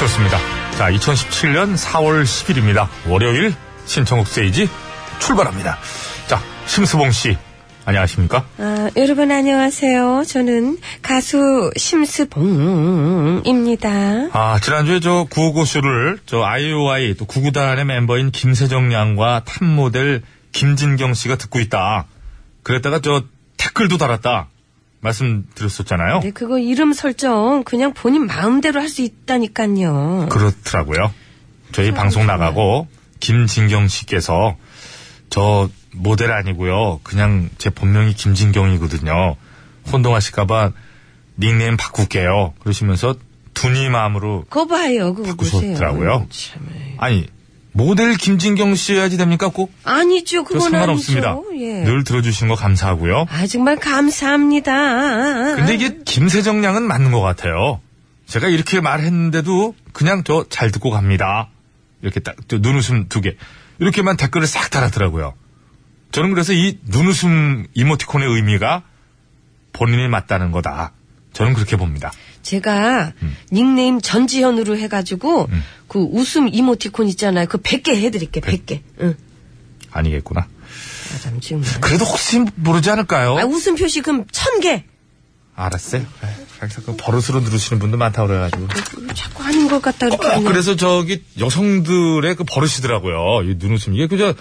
S4: 좋습니다. 자, 2017년 4월 10일입니다. 월요일 신청곡 스테이지 출발합니다. 자, 심수봉 씨. 안녕하십니까?
S8: 아, 여러분 안녕하세요. 저는 가수 심수봉입니다.
S4: 아, 지난주에 저 구호고쇼를 저 IOI 또 구구단의 멤버인 김세정 양과 탑 모델 김진경 씨가 듣고 있다. 그랬다가 저 댓글도 달았다. 말씀드렸었잖아요.
S8: 네, 그거 이름 설정 그냥 본인 마음대로 할 수 있다니까요.
S4: 그렇더라고요.
S8: 아,
S4: 저희 방송
S8: 네.
S4: 나가고 김진경 씨께서 저 모델 아니고요. 그냥 제 본명이 김진경이거든요. 혼동하실까봐 닉네임 바꿀게요. 그러시면서 두니 마음으로
S8: 그거 봐요. 그거 보세요.
S4: 바꾸셨더라고요.
S8: 참. 예.
S4: 아니 모델 김진경 씨여야지 됩니까 꼭?
S8: 아니죠.
S4: 그
S8: 그건
S4: 상관없습니다.
S8: 아니죠. 예.
S4: 늘 들어주신 거 감사하고요.
S8: 아 정말 감사합니다.
S4: 근데 이게 김세정 양은 맞는 것 같아요. 제가 이렇게 말했는데도 그냥 저 잘 듣고 갑니다. 이렇게 딱저 눈웃음 두 개. 이렇게만 댓글을 싹 달았더라고요. 저는 그래서 이 눈웃음 이모티콘의 의미가 본인이 맞다는 거다. 저는 그렇게 봅니다.
S8: 제가
S4: 음.
S8: 닉네임 전지현으로 해가지고 그 웃음 이모티콘 있잖아요. 그 100개 해드릴게. 100개. 응.
S4: 아니겠구나.
S8: 아, 참 지금.
S4: 그래도 혹시 모르지 않을까요?
S8: 아 웃음 표시 그럼 1000개.
S4: 알았어요. 에이, 항상 그 버릇으로 누르시는 분도 많다고 그래가지고.
S8: 자꾸 하는 것 같다 이렇게.
S4: 어,
S8: 하면.
S4: 그래서 저기 여성들의 그 버릇이더라고요. 이 눈웃음. 이게 그저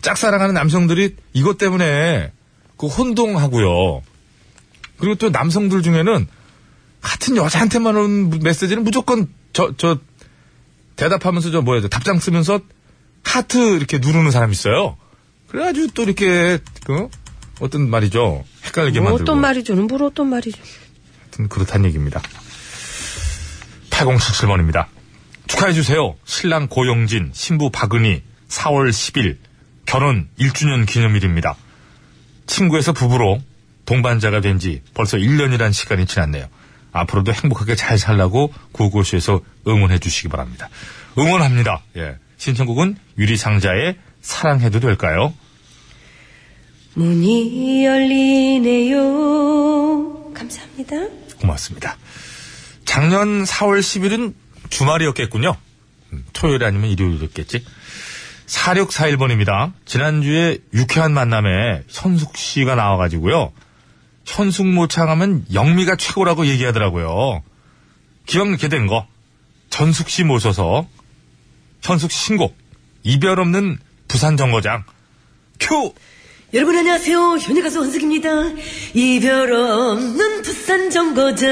S4: 짝사랑하는 남성들이 이것 때문에 그 혼동하고요. 그리고 또 남성들 중에는 같은 여자한테만 온 메시지는 무조건 저, 저, 대답하면서 저 뭐야, 저 답장 쓰면서 하트 이렇게 누르는 사람 있어요. 그래가지고 또 이렇게, 그, 어떤 말이죠. 헷갈리게
S8: 뭐
S4: 만들고.
S8: 어떤 말이죠? 뭘 어떤 말이죠?
S4: 하여튼 그렇단 얘기입니다. 8077번입니다. 축하해주세요. 신랑 고영진, 신부 박은희, 4월 10일, 결혼 1주년 기념일입니다. 친구에서 부부로 동반자가 된 지 벌써 1년이란 시간이 지났네요. 앞으로도 행복하게 잘 살라고 고고쇼에서 응원해 주시기 바랍니다. 응원합니다. 예. 신청곡은 유리상자의 사랑해도 될까요?
S8: 문이 열리네요. 감사합니다.
S4: 고맙습니다. 작년 4월 10일은 주말이었겠군요. 음, 토요일 아니면 일요일이었겠지. 4641번입니다. 지난주에 유쾌한 만남에 현숙 씨가 나와가지고요. 현숙 모창하면 영미가 최고라고 얘기하더라고요. 기억나게 된 거. 전숙 씨 모셔서 현숙 씨 신곡 이별 없는 부산 정거장 큐!
S2: 여러분 안녕하세요. 현예 가수 헌숙입니다. 이별 없는 부산 정거장.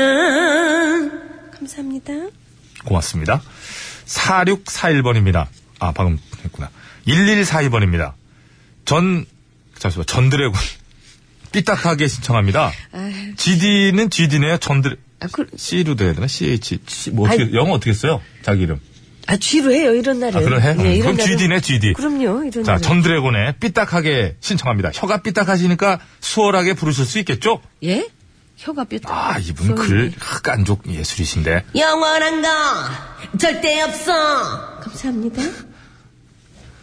S8: 감사합니다.
S4: 고맙습니다. 4641번입니다. 아, 방금 했구나. 1142번입니다. 전, 잠시만, 전드래곤. 삐딱하게 신청합니다. GD는 GD네요. 전드래,
S8: 아, 그,
S4: C로 돼야 되나? CH, C, 뭐, 어떻게,
S8: 아이.
S4: 영어 어떻게 써요? 자기 이름.
S8: 아, 쥐로 해요, 이런 날은.
S4: 아, 그럼 해?
S8: 예, 이런
S4: 그럼
S8: 날은.
S4: GD네, GD.
S8: 그럼요, 이런
S4: 자,
S8: 날은.
S4: 전드래곤의 삐딱하게 신청합니다. 혀가 삐딱하시니까 수월하게 부르실 수 있겠죠?
S8: 예? 혀가 뼈다.
S4: 아, 이분 글, 흑안족 예술이신데.
S2: 영원한 거 절대 없어.
S8: 감사합니다.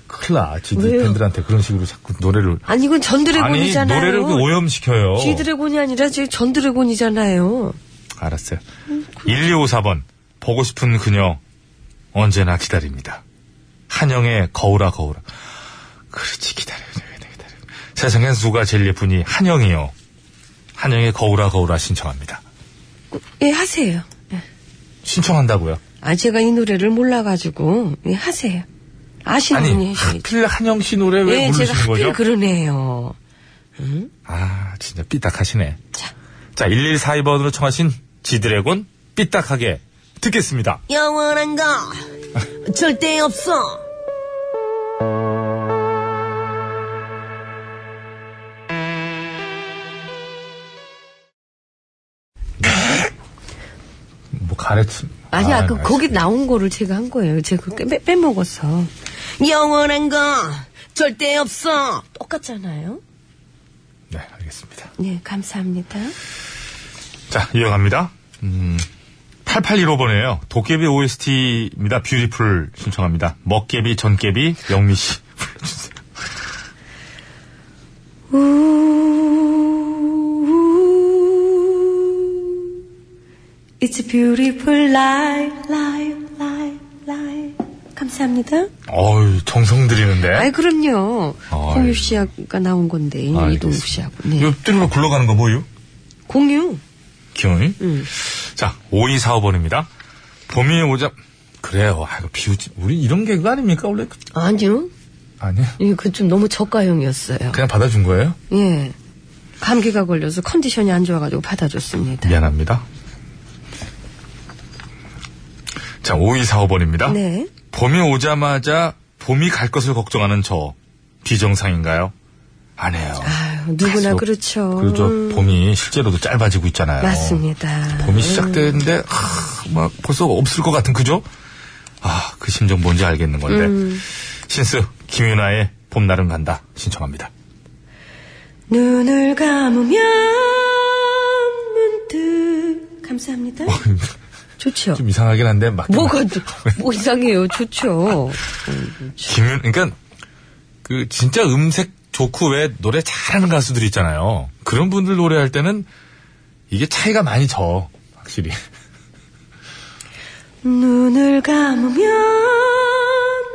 S4: 큰일 나. GD
S8: 왜요?
S4: 팬들한테 그런 식으로 자꾸 노래를.
S8: 아니, 이건 전드래곤이잖아요.
S4: 아니 노래를 그 오염시켜요.
S8: 쥐드래곤이 아니라 저 전드래곤이잖아요.
S4: 알았어요. 1254번 보고 싶은 그녀 언제나 기다립니다. 한영의 거울아 거울아. 그렇지 기다려요. 네, 기다려요, 기다려요. 세상엔 누가 제일 예쁘니 한영이요. 한영의 거울아 거울아 신청합니다.
S8: 예, 하세요.
S4: 신청한다고요?
S8: 아, 제가 이 노래를 몰라가지고, 예, 하세요. 아시는 분이
S4: 아니
S8: 하시죠.
S4: 하필 한영 씨 노래 왜
S8: 예, 네, 제가
S4: 부르시는
S8: 하필
S4: 거죠?
S8: 그러네요.
S4: 아 진짜 삐딱하시네. 자, 1142번으로 청하신 지드래곤 삐딱하게 듣겠습니다.
S2: 영원한 거 절대 없어.
S4: 뭐 가르침. 네,
S8: 아니, 아, 까
S4: 알았어.
S8: 거기 나온 거를 제가 한 거예요. 제가 그거 빼, 빼먹어서.
S2: 영원한 거 절대 없어.
S8: 똑같잖아요.
S4: 네, 알겠습니다.
S8: 예, 감사합니다.
S4: 자, 이어갑니다. 음, 8815번이에요. 도깨비 OST입니다. 뷰티풀 신청합니다. 먹깨비, 전깨비, 영미씨.
S8: It's a beautiful life, life, life, life. 감사합니다.
S4: 어유 정성 들이는데.
S8: 아이, 그럼요.
S4: 아이.
S8: 공유 씨가 나온 건데, 이동욱
S4: 알겠습니다. 그
S8: 씨하고. 네.
S4: 이거 뚫으면 굴러가는 거 뭐요?
S8: 공유.
S4: 기원이?
S8: 음.
S4: 자, 5245번입니다. 봄이 오자, 그래요. 아, 이거 비웃지. 우리 이런 개그 아닙니까, 원래?
S8: 아니요.
S4: 아니야.
S8: 이거 좀 너무 저가형이었어요.
S4: 그냥 받아준 거예요?
S8: 예. 감기가 걸려서 컨디션이 안 좋아가지고 받아줬습니다.
S4: 미안합니다. 자, 5245번입니다.
S8: 네.
S4: 봄이 오자마자 봄이 갈 것을 걱정하는 저, 비정상인가요? 아니에요.
S8: 아유, 누구나
S4: 갈수록
S8: 그렇죠.
S4: 그리고 저 봄이 실제로도 짧아지고 있잖아요.
S8: 맞습니다. 음.
S4: 봄이 시작되는데 하, 막 벌써 없을 것 같은 그죠? 아 그 심정 뭔지 알겠는 건데
S8: 음.
S4: 신스 김윤아의 봄날은 간다 신청합니다.
S8: 눈을 감으면 문득 감사합니다.
S4: 어,
S8: 좋죠.
S4: 좀 이상하긴 한데 막
S8: 뭐가 또- 뭐 이상해요. 좋죠.
S4: 김윤 그러니까 그 진짜 음색 좋고 왜 노래 잘하는 가수들 있잖아요. 그런 분들 노래할 때는 이게 차이가 많이 져 확실히.
S8: 눈을 감으면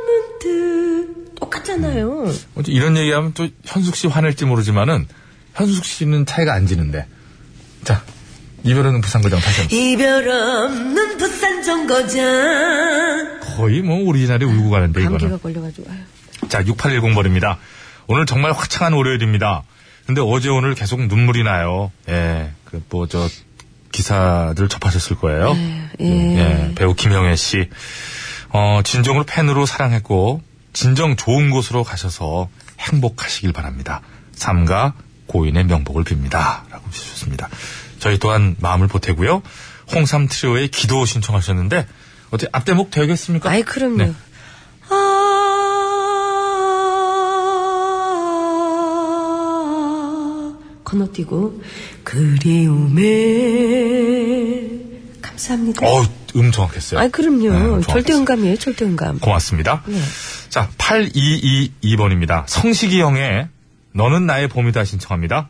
S8: 문득 똑같잖아요.
S4: 어째 뭐 이런 얘기하면 또 현숙 씨 화낼지 모르지만은 현숙 씨는 차이가 안 지는데. 자 이별은 부산거장 다시 한번.
S8: 이별 없는 부산 정거장.
S4: 거의 뭐 오리지널이 울고 가는데 이거는.
S8: 감기가 걸려가지고 아유.
S4: 자, 6810번입니다. 오늘 정말 화창한 월요일입니다. 근데 어제 오늘 계속 눈물이 나요. 예. 그, 뭐, 저, 기사들 접하셨을 거예요.
S8: 예.
S4: 예, 배우 김영애 씨. 어, 진정으로 팬으로 사랑했고, 진정 좋은 곳으로 가셔서 행복하시길 바랍니다. 삼가 고인의 명복을 빕니다. 라고 주셨습니다. 저희 또한 마음을 보태고요. 홍삼 트리오의 기도 신청하셨는데, 어떻게 앞대목 되겠습니까?
S8: 아이 그럼요.
S4: 네.
S8: 아, 건너뛰고 그리움에 감사합니다.
S4: 어, 음 정확했어요.
S8: 아이
S4: 네,
S8: 그럼요.
S4: 정확했어요.
S8: 절대 음감이에요. 절대 음감.
S4: 고맙습니다.
S8: 네.
S4: 자, 8222번입니다. 성식이 형의 너는 나의 봄이다 신청합니다.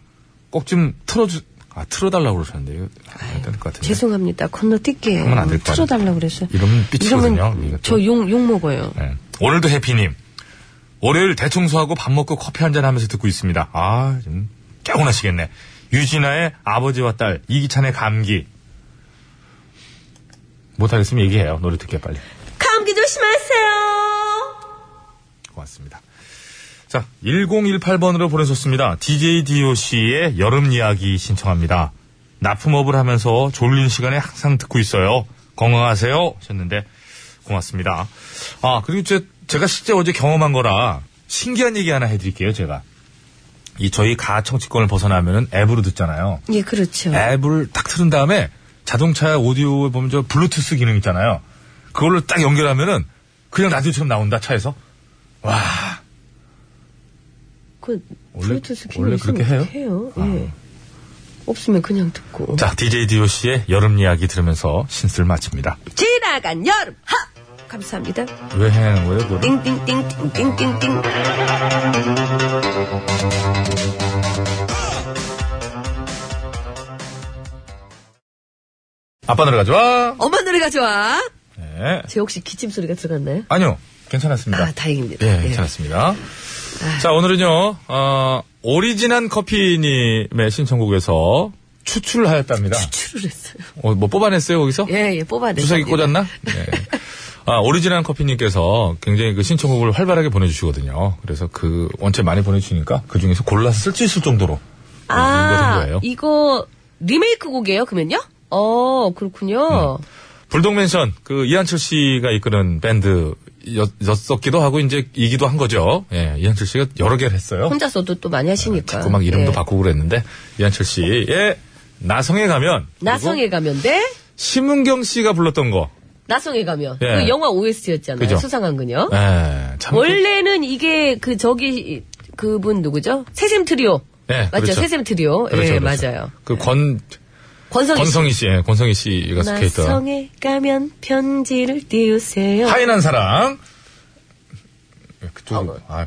S4: 꼭 좀 틀어주, 아, 틀어달라고 그러셨는데, 이거 안 될 것 같은데.
S8: 죄송합니다. 건너뛸게요.
S4: 그러면 안될것 같아요.
S8: 틀어달라고 그랬어요.
S4: 이러면 삐치거든요, 이게 또.
S8: 이러면 저욕 욕 먹어요.
S4: 네. 오늘도 해피님. 월요일 대청소하고 밥 먹고 커피 한잔 하면서 듣고 있습니다. 아, 좀 깨고나시겠네. 유진아의 아버지와 딸, 이기찬의 감기. 못하겠으면 얘기해요. 노래 듣게 빨리.
S8: 감기 조심하세요.
S4: 고맙습니다. 자, 1018번으로 보내셨습니다. DJ DOC의 여름 이야기 신청합니다. 납품업을 하면서 졸린 시간에 항상 듣고 있어요. 건강하세요. 하셨는데, 고맙습니다. 아, 그리고 제, 제가 실제 어제 경험한 거라 신기한 얘기 하나 해드릴게요, 제가. 이 저희 가청취권을 벗어나면은 앱으로 듣잖아요.
S8: 예 그렇죠.
S4: 앱을 딱 틀은 다음에 자동차 오디오에 보면 저 블루투스 기능 있잖아요. 그걸로 딱 연결하면은 그냥 라디오처럼 나온다, 차에서. 와,
S8: 그
S4: 원래-
S8: 블루투스 기능
S4: 원래
S8: 있으면
S4: 그렇게 해요? 아.
S8: 해요. 예. 없으면 그냥 듣고.
S4: 자, DJ DOC의 여름 이야기 들으면서 신스를 마칩니다.
S8: 지나간 여름 하 감사합니다.
S4: 왜 해내는 거예요, 그걸?
S8: 띵띵띵띵띵띵띵.
S4: 아빠 노래 가져와!
S8: 엄마 노래가 좋아.
S4: 네.
S8: 제 혹시 기침 소리가 들어갔나요?
S4: 아니요, 괜찮았습니다.
S8: 아 다행입니다.
S4: 예,
S8: 예.
S4: 괜찮았습니다. 자, 오늘은요, 어, 오리지난 커피님의 신청곡에서 추출을 하였답니다.
S8: 추를 했어요.
S4: 어, 뭐 뽑아냈어요, 거기서?
S8: 예예 뽑아내.
S4: 주사기 꽂았나? 네. 아, 오리지널 커피님께서 굉장히 그 신청곡을 활발하게 보내주시거든요. 그래서 그 원체 많이 보내주시니까 그 중에서 골라서 쓸 수 있을 정도로 된
S2: 아,
S4: 거예요.
S2: 이거 리메이크 곡이에요, 그러면요?
S8: 어
S4: 음.
S8: 그렇군요.
S4: 불독맨션 그 이한철 씨가 이끄는 밴드 였었기도 하고 이제 이기도 한 거죠. 예, 이한철 씨가 여러 개를 했어요.
S8: 혼자서도 또 많이 하시니까.
S4: 자꾸 막 이름도
S8: 예.
S4: 바꾸고 그랬는데 이한철 씨의 나성에 가면 그리고
S8: 나성에 가면 돼.
S4: 심은경 씨가 불렀던 거.
S8: 나성에 가면
S4: 예.
S8: 그 영화 OST였잖아요.
S4: 그죠.
S8: 수상한 그녀.
S4: 예, 참
S8: 원래는 이게 그 저기 그분 누구죠? 새샘 트리오.
S4: 예,
S8: 맞죠?
S4: 그렇죠.
S8: 새샘 트리오.
S4: 그렇죠,
S8: 예,
S4: 그렇죠.
S8: 맞아요.
S4: 그권
S8: 권성희 씨.
S4: 권성희 씨, 예, 권성희 씨가 스케이터.
S8: 나성에 가면 편지를 띄우세요.
S4: 하인한 사랑.
S8: 뭐.
S4: 그쪽 아,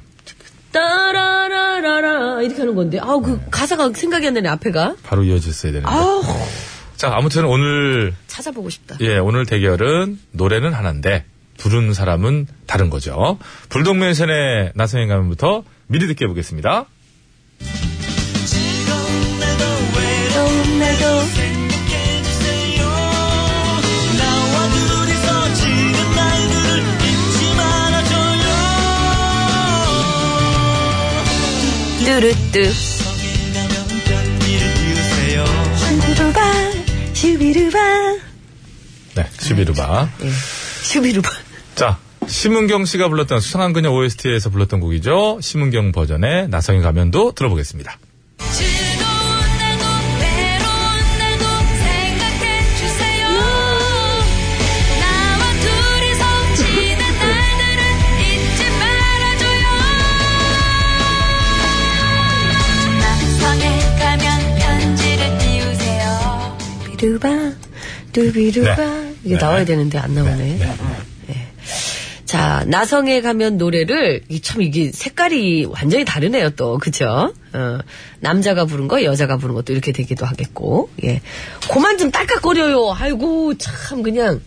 S8: 따라라라라 이렇게 하는 건데 아우 그 가사가 생각이 안 나네 앞에가
S4: 바로 이어졌어야 되는데.
S8: 아우
S4: 자, 아무튼 오늘
S8: 찾아보고 싶다
S4: 예, 오늘 대결은 노래는 하나인데 부른 사람은 다른 거죠. 불독맨션의 나성인 가면부터 미리 듣게 해보겠습니다.
S9: 즐거운 날도 외로운 날도 생각해주세요 나와 둘이서 지금 날들을 잊지 말아줘요
S8: 뚜루뚜.
S9: 성에 가면 별비를 피우세요
S8: 슈비루바, 슈비루바.
S4: 네, 시비르바.
S8: 네. 슈비루바.
S4: 자, 심은경 씨가 불렀던 수상한 그녀 OST에서 불렀던 곡이죠. 심은경 버전의 나성인 가면도 들어보겠습니다.
S2: 즐거운 날도 외로운 날도 생각해주세요 나와 둘이서 지난 날들을 잊지 말아줘요 남성에 가면 편지를 띄우세요
S8: 비루바, 뚜비루바.
S4: 네.
S8: 이게
S4: 네.
S8: 나와야 되는데 안 나오네. 네. 자, 나성에 가면 노래를, 이게 참 이게 색깔이 완전히 다르네요, 또. 그죠? 어, 남자가 부른 거, 여자가 부른 것도 이렇게 되기도 하겠고, 예. 그만 좀 딸깍거려요. 아이고, 참, 그냥.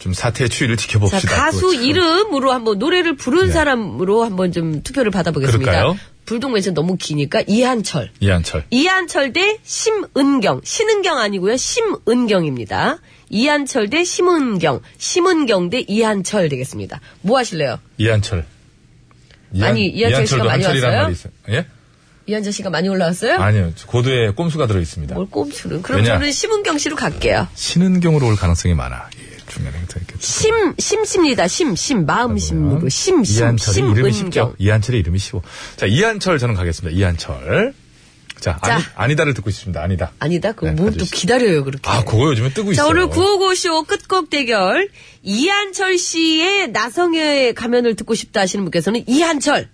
S4: 좀 사태의 추이를
S8: 자,
S4: 지켜봅시다. 또
S8: 가수
S4: 참.
S8: 이름으로 한번 노래를 부른
S4: 네.
S8: 사람으로 한번 좀 투표를 받아보겠습니다.
S4: 그럴까요?
S8: 불동맨션 너무 기니까 이한철.
S4: 이한철.
S8: 이한철 대 심은경. 신은경 아니고요. 심은경입니다. 이한철 대 심은경. 심은경 대 이한철 되겠습니다. 뭐 하실래요?
S4: 이한철.
S8: 아니, 이한철
S4: 이한철도
S8: 씨가 많이
S4: 한철이라는
S8: 왔어요?
S4: 말이 있어요. 예?
S8: 이한철 씨가 많이 올라왔어요?
S4: 아니요. 고도에 꼼수가 들어있습니다.
S8: 뭘 꼼수는. 그럼
S4: 왜냐?
S8: 저는 심은경 씨로 갈게요.
S4: 신은경으로 올 가능성이 많아. 예, 중요한 행사 있겠죠.
S8: 심, 심십니다. 심, 심. 마음 심으로. 심, 심,
S4: 아, 어? 이한철의 이름이 쉽죠.
S8: 심은경.
S4: 이한철의 이름이 쉬워. 자, 이한철 저는 가겠습니다. 이한철. 자,
S8: 자.
S4: 아니, 다를 듣고 있습니다. 아니다.
S8: 아니다. 그럼
S4: 네,
S8: 뭘 또
S4: 가져오시죠.
S8: 기다려요, 그렇게.
S4: 아, 그거 요즘에 뜨고
S8: 자,
S4: 있어요.
S8: 오늘 955쇼 끝곡 대결. 이한철 씨의 나성의 가면을 듣고 싶다 하시는 분께서는 이한철.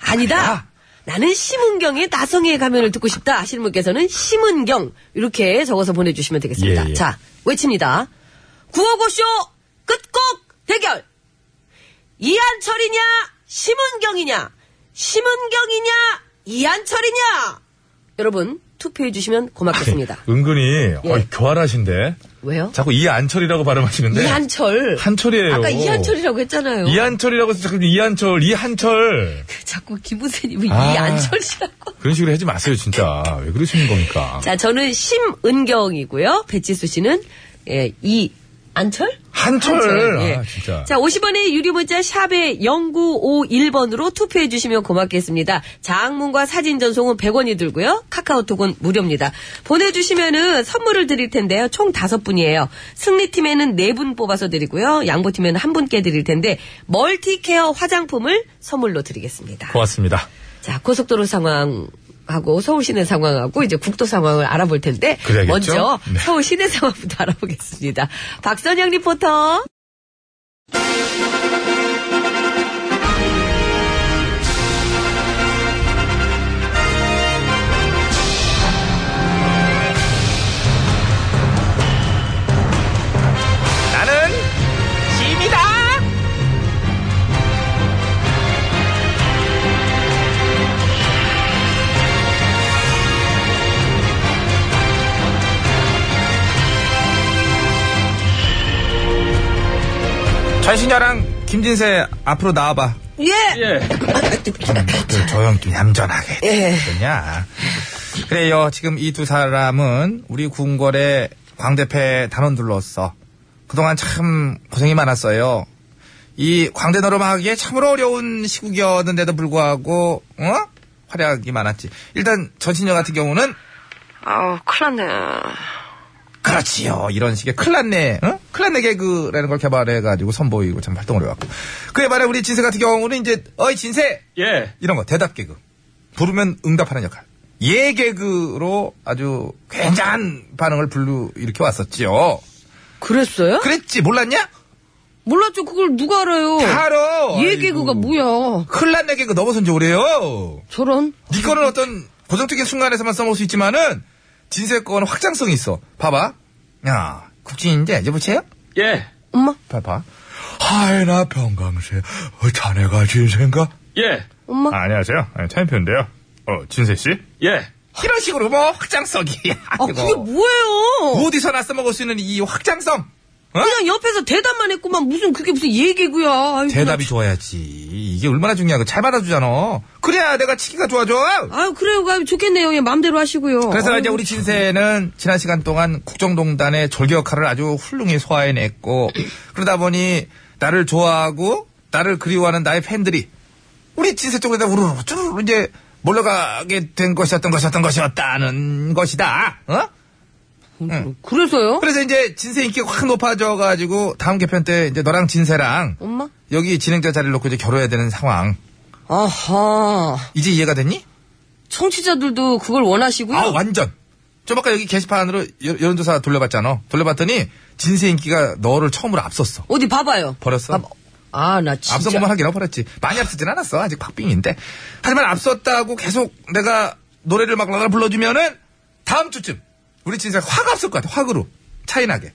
S8: 아니다. 나는 심은경의 나성의 가면을 듣고 싶다 하시는 분께서는 심은경. 이렇게 적어서 보내주시면 되겠습니다.
S4: 예, 예.
S8: 자, 외칩니다. 955쇼 끝곡 대결. 이한철이냐, 심은경이냐, 심은경이냐, 이한철이냐. 여러분, 투표해주시면
S4: 아,
S8: 고맙겠습니다.
S4: 네, 은근히
S8: 예.
S4: 어이, 교활하신데
S8: 왜요?
S4: 자꾸 이한철이라고 발음하시는데
S8: 네. 이한철.
S4: 한철이에요.
S8: 아까 이한철이라고 했잖아요.
S4: 이한철이라고 해서 자꾸 이한철, 이한철
S8: 자꾸 김우세님이
S4: 아.
S8: 이한철이라고.
S4: 그런 식으로 하지 마세요, 진짜. 왜 그러시는 겁니까?
S8: 자, 저는 심은경이고요. 배치수 씨는 예, 이안철?
S4: 한철.
S8: 한철, 예.
S4: 아, 진짜.
S8: 자, 50원의 유료 문자 샵에 0951번으로 투표해 주시면 고맙겠습니다. 장문과 사진 전송은 100원이 들고요. 카카오톡은 무료입니다. 보내 주시면은 선물을 드릴 텐데요. 총 5분이에요. 승리팀에는 4분 뽑아서 드리고요. 양보팀에는 1분께 드릴 텐데 멀티케어 화장품을 선물로 드리겠습니다.
S4: 고맙습니다.
S8: 자, 고속도로 상황. 하고 서울 시내 상황하고 이제 국도 상황을 알아볼 텐데
S4: 그래야겠죠?
S8: 먼저
S4: 네.
S8: 서울 시내 상황부터 알아보겠습니다. 박선영 리포터.
S3: 나는 짐이다. 전신여랑 김진세 앞으로 나와봐.
S8: 예.
S3: 조용 히 얌전하게
S8: 예.
S3: 되냐. 그래요. 지금 이 두 사람은 우리 궁궐의 광대패 단원들로서 그동안 참 고생이 많았어요. 이 광대 노름하기에 참으로 어려운 시국이었는데도 불구하고 어? 활약이 많았지. 일단 전신여 같은 경우는
S10: 아우, 큰일 났네.
S3: 그렇지요. 이런 식의 클란네, 어? 클란네 개그라는 걸 개발해가지고 선보이고 참 활동을 해왔고. 그에 반해 우리 진세 같은 경우는 이제, 어이, 진세!
S11: 예.
S3: 이런 거, 대답 개그. 부르면 응답하는 역할. 예 개그로 아주 굉장한 반응을 불러일으켜 왔었지요.
S8: 그랬어요?
S3: 그랬지, 몰랐냐?
S8: 몰랐죠. 그걸 누가 알아요?
S3: 바로!
S8: 예 개그가 뭐야?
S3: 클란네 개그 넘어선 지 오래요.
S8: 저런.
S3: 니 거는 어떤 고정적인 순간에서만 써먹을 수 있지만은, 진세 거는 확장성이 있어. 봐봐. 야, 국진인데, 이제 보세요?
S11: 예.
S8: 엄마,
S3: 봐봐.
S12: 하이나 평강세 어, 자네가 진생가?
S11: 예.
S8: 엄마.
S4: 아, 안녕하세요. 아, 차인표인데요. 어, 진세 씨?
S11: 예.
S3: 이런 식으로 뭐 확장성이
S8: 아, 그게 뭐예요?
S3: 어디서나 써먹을 수 있는 이 확장성
S8: 그냥 옆에서 대답만 했구만. 무슨 그게 무슨 얘기고요. 아이고, 나
S3: 대답이 좋아야지. 이게 얼마나 중요하고 잘 받아주잖아. 그래야 내가 치기가 좋아져.
S8: 아유 그래요 아유, 좋겠네요 예 마음대로 하시고요
S3: 그래서
S8: 아유,
S3: 이제 우리 진세는 지난 시간 동안 국정농단의 절개 역할을 아주 훌륭히 소화해냈고 그러다 보니 나를 좋아하고 나를 그리워하는 나의 팬들이 우리 진세 쪽에다 우르르 쭈르르 이제 몰려가게 된 것이었던 것이었던 것이었다는 것이다. 어?
S8: 음, 그래서요
S3: 그래서 이제 진세 인기가 확 높아져가지고 다음 개편 때 이제 너랑 진세랑
S8: 엄마
S3: 여기 진행자 자리를 놓고 이제 겨뤄야 되는 상황.
S8: 아하
S3: 이제 이해가 됐니?
S8: 청취자들도 그걸 원하시고요
S3: 아 완전. 좀 아까 여기 게시판으로 여, 론조사 돌려봤잖아. 돌려봤더니 진세 인기가 너를 처음으로 앞섰어.
S8: 어디 봐봐요
S3: 버렸어?
S8: 아 나 진짜
S3: 앞선 것만 하긴 버렸지. 많이 앞서진 않았어. 아직 팍빙인데. 하지만 앞섰다고 계속 내가 노래를 막 나가 불러주면은 다음 주쯤 우리 진세가 확 앞설 것 같아. 확으로 차이나게.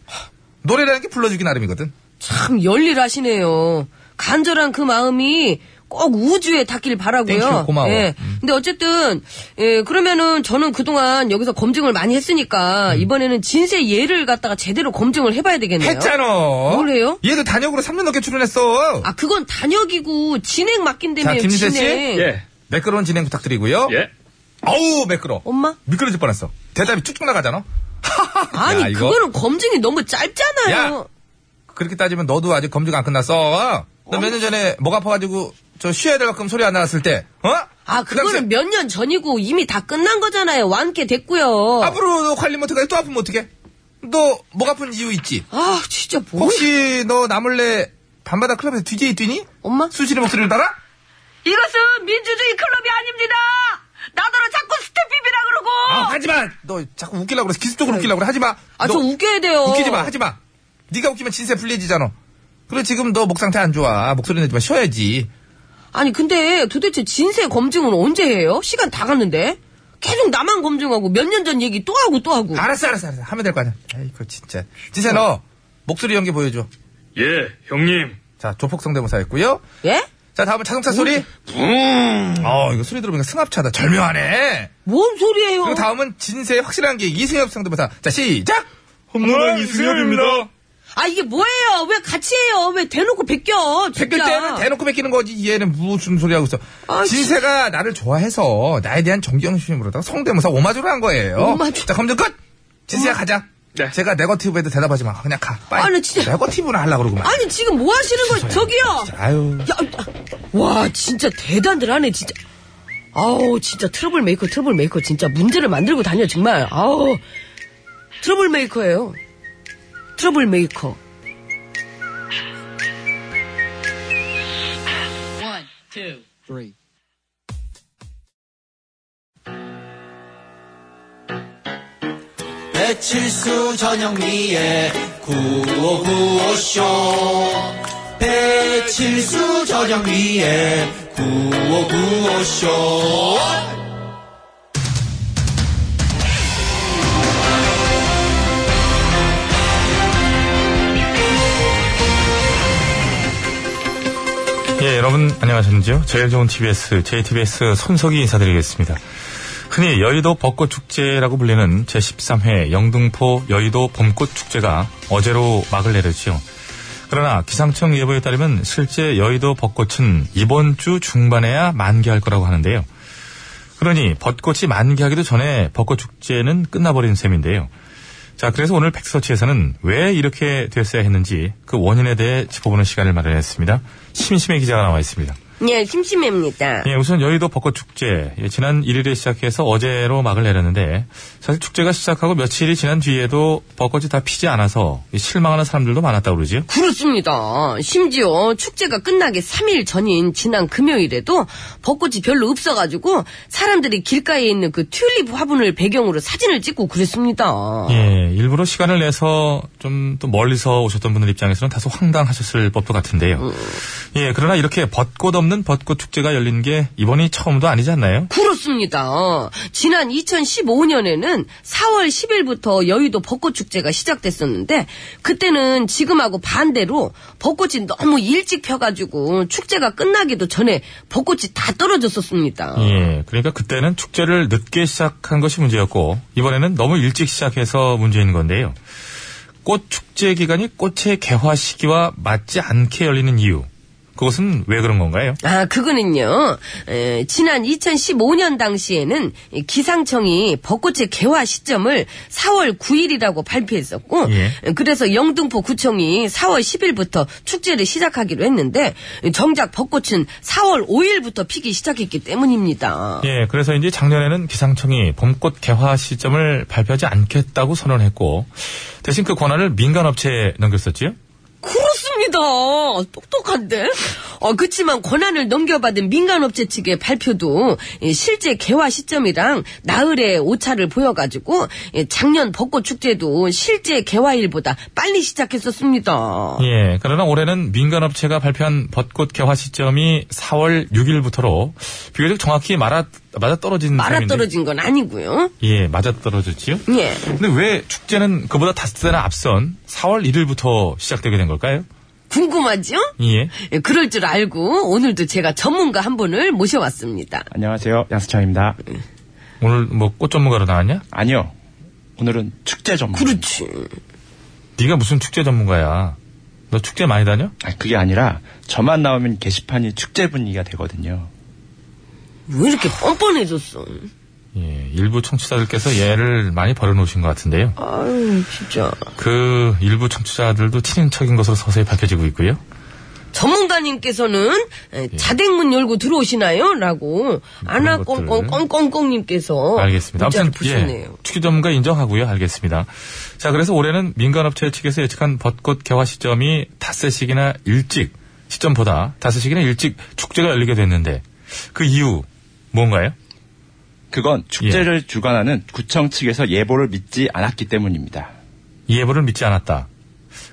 S3: 노래라는 게 불러주기 나름이거든.
S8: 참 열일하시네요 간절한 그 마음이 꼭 우주에 닿길 바라고요
S3: 땡큐, 고마워. 음.
S8: 예. 근데 어쨌든 예, 그러면은 저는 그동안 여기서 검증을 많이 했으니까 이번에는 진세 예를 갖다가 제대로 검증을 해봐야 되겠네요
S3: 음. 했잖아.
S8: 뭘 해요?
S3: 얘도 단역으로 3년 넘게 출연했어.
S8: 아 그건 단역이고 진행
S3: 자,
S8: 맡긴다며요
S3: 김진세 씨.
S8: 진행
S13: 예.
S3: 매끄러운 진행 부탁드리고요.
S13: 예.
S3: 어우, 매끄러.
S8: 엄마
S3: 미끄러질 뻔했어. 대답이 쭉쭉 나가잖아.
S8: 아니
S3: 야, 이거-
S8: 그거는 검증이 너무 짧잖아요.
S3: 야! 그렇게 따지면 너도 아직 검증 안 끝났어. 너 몇 년 전에 목 아파가지고 저 쉬어야 될 만큼 소리 안 나왔을 때, 어?
S8: 아
S3: 그
S8: 그거는
S3: 당시에
S8: 몇 년 전이고 이미 다 끝난 거잖아요. 완쾌 됐고요.
S3: 앞으로 너 관리 못해가지고 또 아프면 어떡해? 너 목 아픈 이유 있지?
S8: 아 진짜 뭐
S3: 혹시 너 나몰래 밤마다 클럽에서 DJ 뛰니?
S8: 엄마?
S3: 수신의 목소리를 따라?
S8: 이것은 민주주의 클럽이 아닙니다. 나더러 자꾸 스텝비비라 그러고.
S3: 아, 하지마! 너 자꾸 웃기려고 그래. 기습적으로 웃기려고 그래. 하지마!
S8: 아 저 웃겨야 돼요.
S3: 웃기지 마, 하지 마. 네가 웃기면 진세 불리해지잖아. 그래 지금 너 목 상태 안 좋아. 목소리 내지 마. 쉬어야지.
S8: 아니 근데 도대체 진세 검증은 언제 해요? 시간 다 갔는데 계속 나만 검증하고 몇 년 전 얘기 또 하고 또 하고.
S3: 알았어, 알았어, 알았어. 하면 될 거 아니야. 아이고 진짜. 진세 너 목소리 연기 보여줘.
S13: 예, 형님.
S3: 자 조폭 성대모사였고요.
S8: 예?
S3: 자 다음은 자동차 소리. 어 이거 소리 들어보니까 승합차다. 절묘하네.
S8: 뭔 소리예요?
S3: 그리고 다음은 진세의 확실한 게 이승엽 성대모사. 자 시작.
S13: 홈런 이승엽입니다.
S8: 아 이게 뭐예요? 왜 같이 해요? 왜 대놓고 베껴? 진짜.
S3: 베낄 때는 대놓고 베끼는 거지 얘는 무슨 소리 하고 있어.
S8: 아,
S3: 진세가 나를 좋아해서 나에 대한 존경심으로다가 성대모사 오마주를 한 거예요.
S8: 오마주. 어?
S3: 자 검증 끝. 진세야 가자.
S13: 네.
S3: 제가 네거티브에도 대답하지 마. 그냥 가. 빨리.
S8: 아니, 진짜.
S3: 네거티브나 하려고 그러구만.
S8: 아니 지금 뭐 하시는 거예요? 저기요.
S3: 아유.
S8: 야, 와 진짜 대단들 하네 진짜. 아우 진짜 트러블 메이커 트러블 메이커 진짜 문제를 만들고 다녀 정말. 아우 트러블 메이커예요. 트러블 메이커.
S5: 배칠수 전영미의 구호 구호쇼 배칠수 전영미의 구호 구호쇼
S4: 예, 여러분 안녕하셨는지요? 제일 좋은 TBS, JTBS 손석희 인사드리겠습니다. 흔히 여의도 벚꽃 축제라고 불리는 제13회 영등포 여의도 봄꽃 축제가 어제로 막을 내렸지요. 그러나 기상청 예보에 따르면 실제 여의도 벚꽃은 이번 주 중반에야 만개할 거라고 하는데요. 그러니 벚꽃이 만개하기도 전에 벚꽃 축제는 끝나버린 셈인데요. 자, 그래서 오늘 백서치에서는 왜 이렇게 됐어야 했는지 그 원인에 대해 짚어보는 시간을 마련했습니다. 심심해 기자가 나와 있습니다.
S8: 예 심심합니다.
S4: 예, 우선 여의도 벚꽃 축제 예, 지난 1일에 시작해서 어제로 막을 내렸는데 사실 축제가 시작하고 며칠이 지난 뒤에도 벚꽃이 다 피지 않아서 이 실망하는 사람들도 많았다고 그러지요.
S8: 그렇습니다. 심지어 축제가 끝나기 3일 전인 지난 금요일에도 벚꽃이 별로 없어가지고 사람들이 길가에 있는 그 튤립 화분을 배경으로 사진을 찍고 그랬습니다.
S4: 예, 일부러 시간을 내서 좀 또 멀리서 오셨던 분들 입장에서는 다소 황당하셨을 법도 같은데요. 예, 그러나 이렇게 벚꽃 없는 벚꽃 축제가 열린 게 이번이 처음도 아니지 않나요?
S8: 그렇습니다. 지난 2015년에는 4월 10일부터 여의도 벚꽃축제가 시작됐었는데, 그때는 지금하고 반대로 벚꽃이 너무 일찍 펴가지고 축제가 끝나기도 전에 벚꽃이 다 떨어졌었습니다.
S4: 예, 그러니까 그때는 축제를 늦게 시작한 것이 문제였고 이번에는 너무 일찍 시작해서 문제인 건데요. 꽃 축제 기간이 꽃의 개화 시기와 맞지 않게 열리는 이유. 그것은 왜 그런 건가요?
S8: 아, 그거는요. 에, 지난 2015년 당시에는 이 기상청이 벚꽃의 개화 시점을 4월 9일이라고 발표했었고,
S4: 예.
S8: 에, 그래서 영등포 구청이 4월 10일부터 축제를 시작하기로 했는데, 에, 정작 벚꽃은 4월 5일부터 피기 시작했기 때문입니다.
S4: 예, 그래서 이제 작년에는 기상청이 봄꽃 개화 시점을 발표하지 않겠다고 선언했고 대신 그 권한을 민간 업체에 넘겼었지요.
S8: 그렇습니다. 똑똑한데? 어, 그치만 권한을 넘겨받은 민간업체 측의 발표도 이 실제 개화 시점이랑 나흘의 오차를 보여가지고 예, 작년 벚꽃 축제도 실제 개화일보다 빨리 시작했었습니다.
S4: 예, 그러나 올해는 민간 업체가 발표한 벚꽃 개화 시점이 4월 6일부터로 비교적 정확히 말아 맞아 떨어진
S8: 말아떨어진 건 아니고요.
S4: 예, 맞아 떨어졌지요.
S8: 예.
S4: 근데 왜 축제는 그보다 다섯 대나 앞선 4월 1일부터 시작되게 된 걸까요?
S8: 궁금하죠?
S4: 예.
S8: 예, 그럴 줄 알고 오늘도 제가 전문가 한 분을 모셔왔습니다.
S14: 안녕하세요. 양수창입니다.
S4: 오늘 뭐 꽃 전문가로 나왔냐?
S14: 아니요. 오늘은 축제 전문.
S8: 그렇지.
S4: 네가 무슨 축제 전문가야? 너 축제 많이 다녀?
S14: 아, 그게 아니라 저만 나오면 게시판이 축제 분위기가 되거든요.
S8: 왜 이렇게 뻔뻔해졌어?
S4: 예, 일부 청취자들께서 얘를 많이 버려놓으신 것 같은데요.
S8: 아유, 진짜.
S4: 그 일부 청취자들도 친인척인 것으로 서서히 밝혀지고 있고요.
S8: 전문가님께서는 에,
S4: 예.
S8: 자댕문 열고 들어오시나요?
S4: 것들을.
S8: 라고 아나꽁꽁꽁꽁꽁님께서
S4: 알겠습니다.
S8: 어, 문자를
S4: 아무튼 예.
S8: 보시네요.
S4: 축제 전문가 인정하고요. 알겠습니다. 자, 그래서 올해는 민간업체 측에서 예측한 벚꽃 개화 시점이 닷새씩이나 일찍 시점보다 닷새씩이나 일찍 축제가 열리게 됐는데 그 이유 뭔가요?
S14: 그건 축제를 주관하는 구청 측에서 예보를 믿지 않았기 때문입니다.
S4: 예보를 믿지 않았다.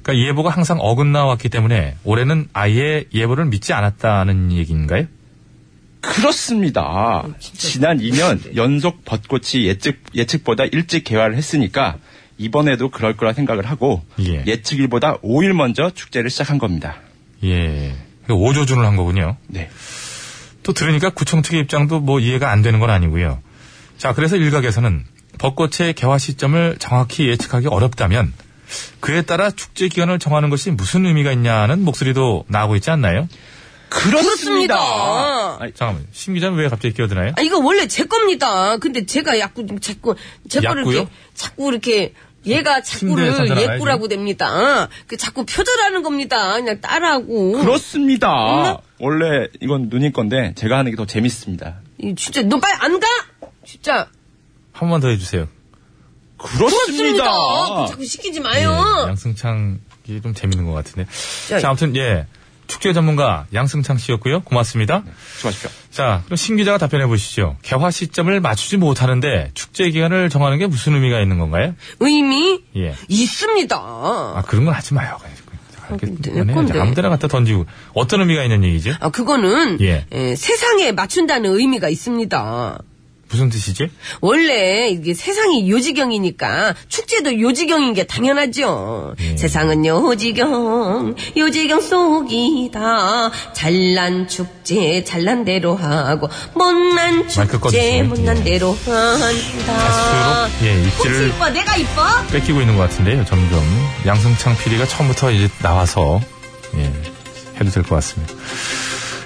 S4: 그러니까 예보가 항상 어긋나 왔기 때문에 올해는 아예 예보를 믿지 않았다는 얘기인가요?
S14: 그렇습니다. 지난 2년 연속 벚꽃이 예측, 예측보다 일찍 개화를 했으니까 이번에도 그럴 거라 생각을 하고
S4: 예.
S14: 예. 측일보다 5일 먼저 축제를 시작한 겁니다.
S4: 예. 오조준을한 거군요.
S14: 네.
S4: 또 들으니까 구청 측의 입장도 뭐 이해가 안 되는 건 아니고요. 자, 그래서 일각에서는 벚꽃의 개화 시점을 정확히 예측하기 어렵다면 그에 따라 축제 기간을 정하는 것이 무슨 의미가 있냐는 목소리도 나오고 있지 않나요?
S8: 그렇습니다.
S14: 아니,
S4: 잠깐만, 심 기자는 왜 갑자기 끼어드나요?
S8: 아, 이거 원래 제 겁니다. 근데 제가 자꾸, 자꾸, 제 거를
S4: 약구요? 아,
S8: 이렇게, 자꾸 이렇게, 얘가
S4: 침대에
S8: 자꾸를
S4: 사잖아요,
S8: 예꾸라고 됩니다. 그 자꾸 표절하는 겁니다. 그냥 따라하고.
S14: 그렇습니다. 원래 이건 누님 건데 제가 하는 게 더 재밌습니다.
S8: 이 진짜 너 빨리 안 가? 진짜
S4: 한 번 더 해주세요.
S14: 그렇습니다.
S8: 그거 자꾸 시키지 네, 마요.
S4: 예, 양승창 이게 좀 재밌는 것 같은데.
S8: 자,
S4: 자, 아무튼 예. 축제 전문가 양승창 씨였고요. 고맙습니다.
S14: 수고하십시오.
S4: 자, 그럼 신 기자가 답변해 보시죠. 개화 시점을 맞추지 못하는데 축제 기간을 정하는 게 무슨 의미가 있는 건가요?
S8: 의미
S4: 예.
S8: 있습니다.
S4: 아, 그런 건 하지 마요.
S8: 근데
S4: 이렇게 그만해.
S8: 건데.
S4: 아무 데나 갖다 던지고 어떤 의미가 있는 얘기지?
S8: 아, 그거는
S4: 예.
S8: 에, 세상에 맞춘다는 의미가 있습니다.
S4: 무슨 뜻이지?
S8: 원래 이게 세상이 요지경이니까 축제도 요지경인 게 당연하죠.
S4: 예.
S8: 세상은 요지경, 요지경 속이다. 잘난 축제 잘난 대로 하고 못난
S4: 마이크
S8: 축제
S4: 꺼주세요.
S8: 못난
S4: 예.
S8: 대로 한다.
S4: 다시 들어. 예, 입지를-
S8: 혹시 이뻐? 내가 이뻐?
S4: 뺏기고 있는 것 같은데요. 점점 양승창 PD가 처음부터 이제 나와서 예, 해도 될 것 같습니다.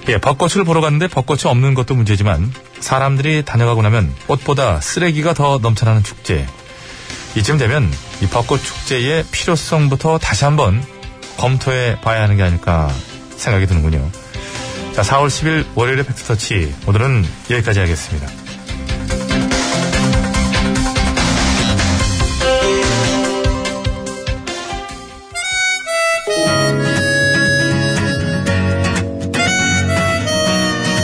S4: 예, 벚꽃을 보러 갔는데 벚꽃이 없는 것도 문제지만 사람들이 다녀가고 나면 꽃보다 쓰레기가 더 넘쳐나는 축제. 이쯤 되면 이 벚꽃 축제의 필요성부터 다시 한번 검토해 봐야 하는 게 아닐까 생각이 드는군요. 자, 4월 10일 월요일의 팩트터치. 오늘은 여기까지 하겠습니다.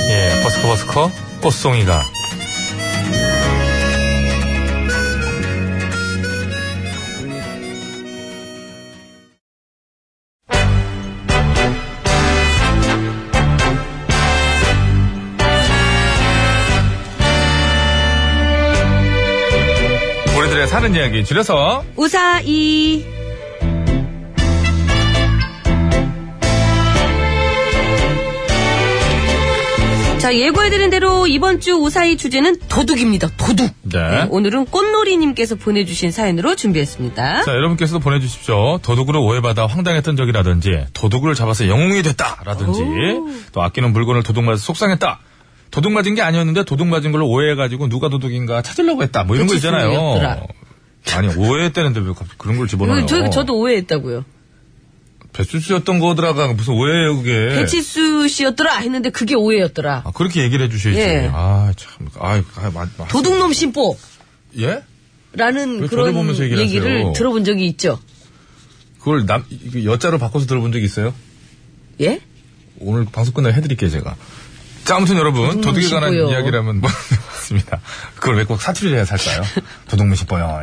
S4: 예, 버스커 버스커 꽃송이가 우리들의 사는 이야기 줄여서
S8: 우사이. 자, 예고해드린 대로 이번 주 우사히 주제는 도둑입니다. 도둑.
S4: 네.
S8: 오늘은 꽃놀이님께서 보내주신 사연으로 준비했습니다.
S4: 자, 여러분께서도 보내주십시오. 도둑으로 오해받아 황당했던 적이라든지, 도둑을 잡아서 영웅이 됐다라든지, 또 아끼는 물건을 도둑맞아서 속상했다. 도둑 맞은 게 아니었는데 도둑 맞은 걸로 오해해가지고 누가 도둑인가 찾으려고 했다. 뭐 이런 거
S8: 그치, 소리
S4: 있잖아요.
S8: 없더라.
S4: 아니 오해했다는데 왜 갑자기 그런 걸 집어넣어요?
S8: 이거 저, 저도 오해했다고요.
S4: 배수 씨였던 거더라가 무슨 오해예요 그게?
S8: 배치수 씨였더라 했는데 그게 오해였더라.
S4: 아, 그렇게 얘기를 해주셔야지.
S8: 예.
S4: 아, 참. 아, 아, 마, 마-
S8: 도둑놈 심보.
S4: 예?
S8: 라는
S4: 왜 저를
S8: 그런
S4: 보면서 얘기를 하세요?
S8: 얘기를 들어본 적이 있죠.
S4: 그걸 남, 이거 여자로 바꿔서 들어본 적 있어요?
S8: 예?
S4: 오늘 방송 끝나고 해드릴게요, 제가. 자, 아무튼 여러분, 도둑에 관한
S8: 음, 싶어요.
S4: 이야기라면 뭐, 맞습니다. 그걸 왜 꼭 사투리를 해야 살까요? 도둑무시 뽀요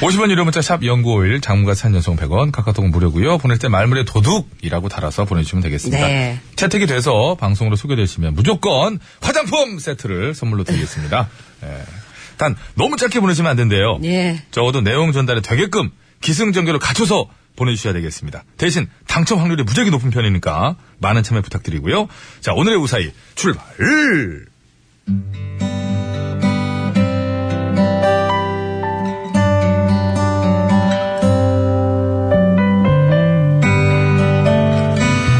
S4: 50원 유료 문자 샵 0951, 장문가 산연송 100원, 카카오톡 무료고요 보낼 때 말물에 도둑이라고 달아서 보내주시면 되겠습니다.
S8: 네.
S4: 채택이 돼서 방송으로 소개되시면 무조건 화장품 세트를 선물로 드리겠습니다. 예. 단, 너무 짧게 보내시면 안 된대요.
S8: 예.
S4: 적어도 내용 전달이 되게끔 기승전결을 갖춰서 보내주셔야 되겠습니다. 대신 당첨 확률이 무지하게 높은 편이니까 많은 참여 부탁드리고요. 자, 오늘의 우사히 출발!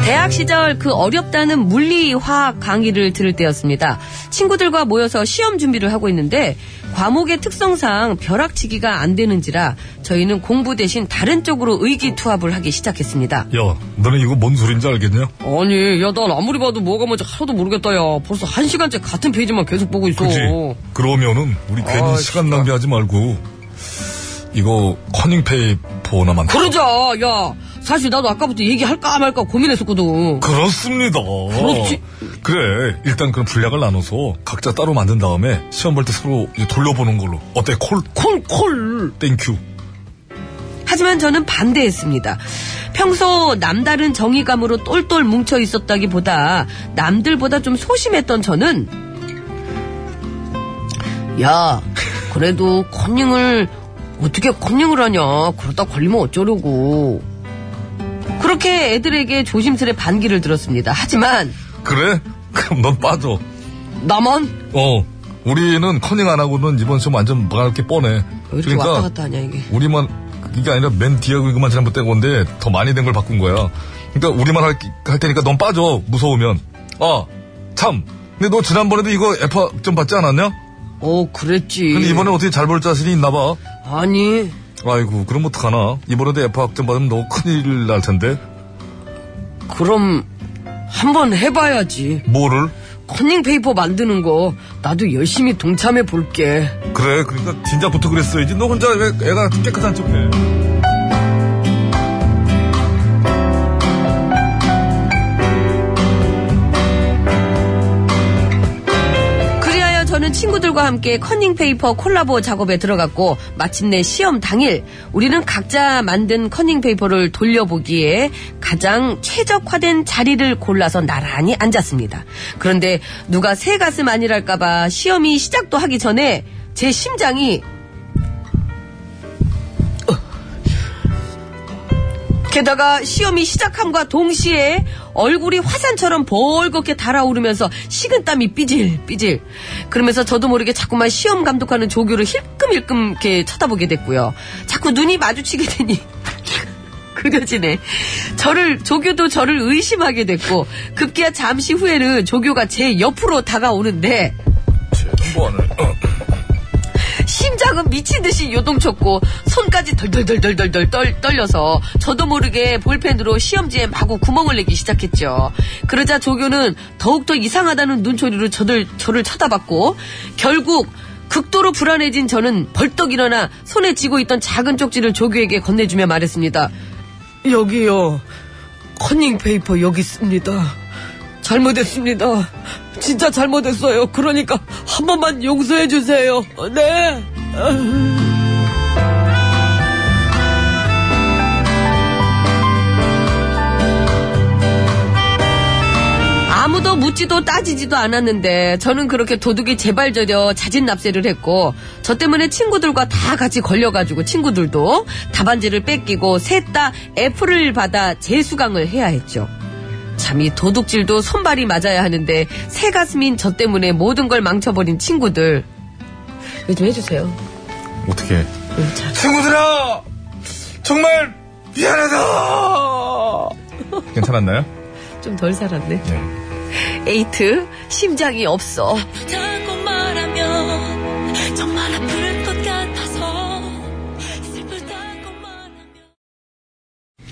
S8: 대학 시절 그 어렵다는 물리, 화학 강의를 들을 때였습니다. 친구들과 모여서 시험 준비를 하고 있는데 과목의 특성상 벼락치기가 안 되는지라 저희는 공부 대신 다른 쪽으로 의기투합을 하기 시작했습니다.
S4: 야, 너네 이거 뭔 소린지 알겠냐?
S8: 아니, 야, 난 아무리 봐도 뭐가 뭔지 하나도 모르겠다, 야. 벌써 한 시간째 같은 페이지만 계속 보고 있어.
S4: 그러면은 우리 괜히
S8: 아,
S4: 시간 낭비하지 말고 이거 커닝페이퍼나 만들
S8: 그러자, 야. 사실 나도 아까부터 얘기할까 말까 고민했었거든.
S4: 그렇습니다.
S8: 그렇지.
S4: 래 일단 그럼 분량을 나눠서 각자 따로 만든 다음에 시험 볼 때 서로 이제 돌려보는 걸로. 어때? 콜, 콜, 콜. 땡큐.
S8: 하지만 저는 반대했습니다. 평소 남다른 정의감으로 똘똘 뭉쳐 있었다기보다 남들보다 좀 소심했던 저는 야 그래도 컨닝을 어떻게 컨닝을 하냐 그러다 걸리면 어쩌려고 그렇게 애들에게 조심스레 반기를 들었습니다. 하지만
S4: 그래? 그럼 넌 빠져.
S8: 나만
S4: 어. 우리는 커닝 안 하고는 이번 시험 완전 망할 게 뻔해. 그러니까
S8: 왜 이렇게 왔다 갔다 하냐 이게
S4: 우리만 이게 아니라 맨 뒤에 그만 잘못 된 건데 더 많이 된 걸 바꾼 거야. 그러니까 우리만 할, 할 테니까 넌 빠져 무서우면. 아 참. 근데 너 지난번에도 이거 F 좀 받지 않았냐?
S8: 어 그랬지
S4: 근데 이번에 어떻게 잘 볼 자신이 있나 봐.
S8: 아니
S4: 아이고 그럼 어떡하나 이번에도 F 학점 받으면 너무 큰일 날 텐데
S8: 그럼 한번 해봐야지.
S4: 뭐를
S8: 커닝페이퍼 만드는 거 나도 열심히 동참해 볼게.
S4: 그래 그러니까 진작부터 그랬어야지 너 혼자 왜 애가 깨끗한 척해
S8: 그리하여 저는 친구들과 함께 커닝페이퍼 콜라보 작업에 들어갔고 마침내 시험 당일 우리는 각자 만든 커닝페이퍼를 돌려보기에 가장 최적화된 자리를 골라서 나란히 앉았습니다. 그런데 누가 새 가슴 아니랄까봐 시험이 시작도 하기 전에 제 심장이 게다가 시험이 시작함과 동시에 얼굴이 화산처럼 벌겋게 달아오르면서 식은땀이 삐질삐질. 그러면서 저도 모르게 자꾸만 시험 감독하는 조교를 힐끔힐끔 이렇게 쳐다보게 됐고요. 자꾸 눈이 마주치게 되니. 그려지네. 저를, 조교도 저를 의심하게 됐고, 급기야 잠시 후에는 조교가 제 옆으로 다가오는데,
S4: 뭐하는
S8: 심장은 미친 듯이 요동쳤고 손까지 덜덜덜덜덜덜 떨, 떨려서 저도 모르게 볼펜으로 시험지에 마구 구멍을 내기 시작했죠. 그러자 조교는 더욱더 이상하다는 눈초리로 저들, 저를 쳐다봤고 결국 극도로 불안해진 저는 벌떡 일어나 손에 쥐고 있던 작은 쪽지를 조교에게 건네주며 말했습니다. 여기요. 커닝페이퍼 여기 있습니다. 잘못했습니다. 진짜 잘못했어요. 그러니까 한 번만 용서해 주세요. 네. 아무도 묻지도 따지지도 않았는데 저는 그렇게 도둑이 제발 저려 자진 납세를 했고 저 때문에 친구들과 다 같이 걸려가지고 친구들도 답안지를 뺏기고 셋 다 F를 받아 재수강을 해야 했죠. 참 이 도둑질도 손발이 맞아야 하는데 새 가슴인 저 때문에 모든 걸 망쳐버린 친구들 이거 좀 해주세요.
S4: 어떻게
S8: 음, 자,
S4: 친구들아 정말 미안하다 괜찮았나요?
S8: 좀 덜 살았네.
S4: 네.
S8: 에이트 심장이 없어.
S2: 자꾸 말하면 정말 아플 것 같아서 슬프다고 말하면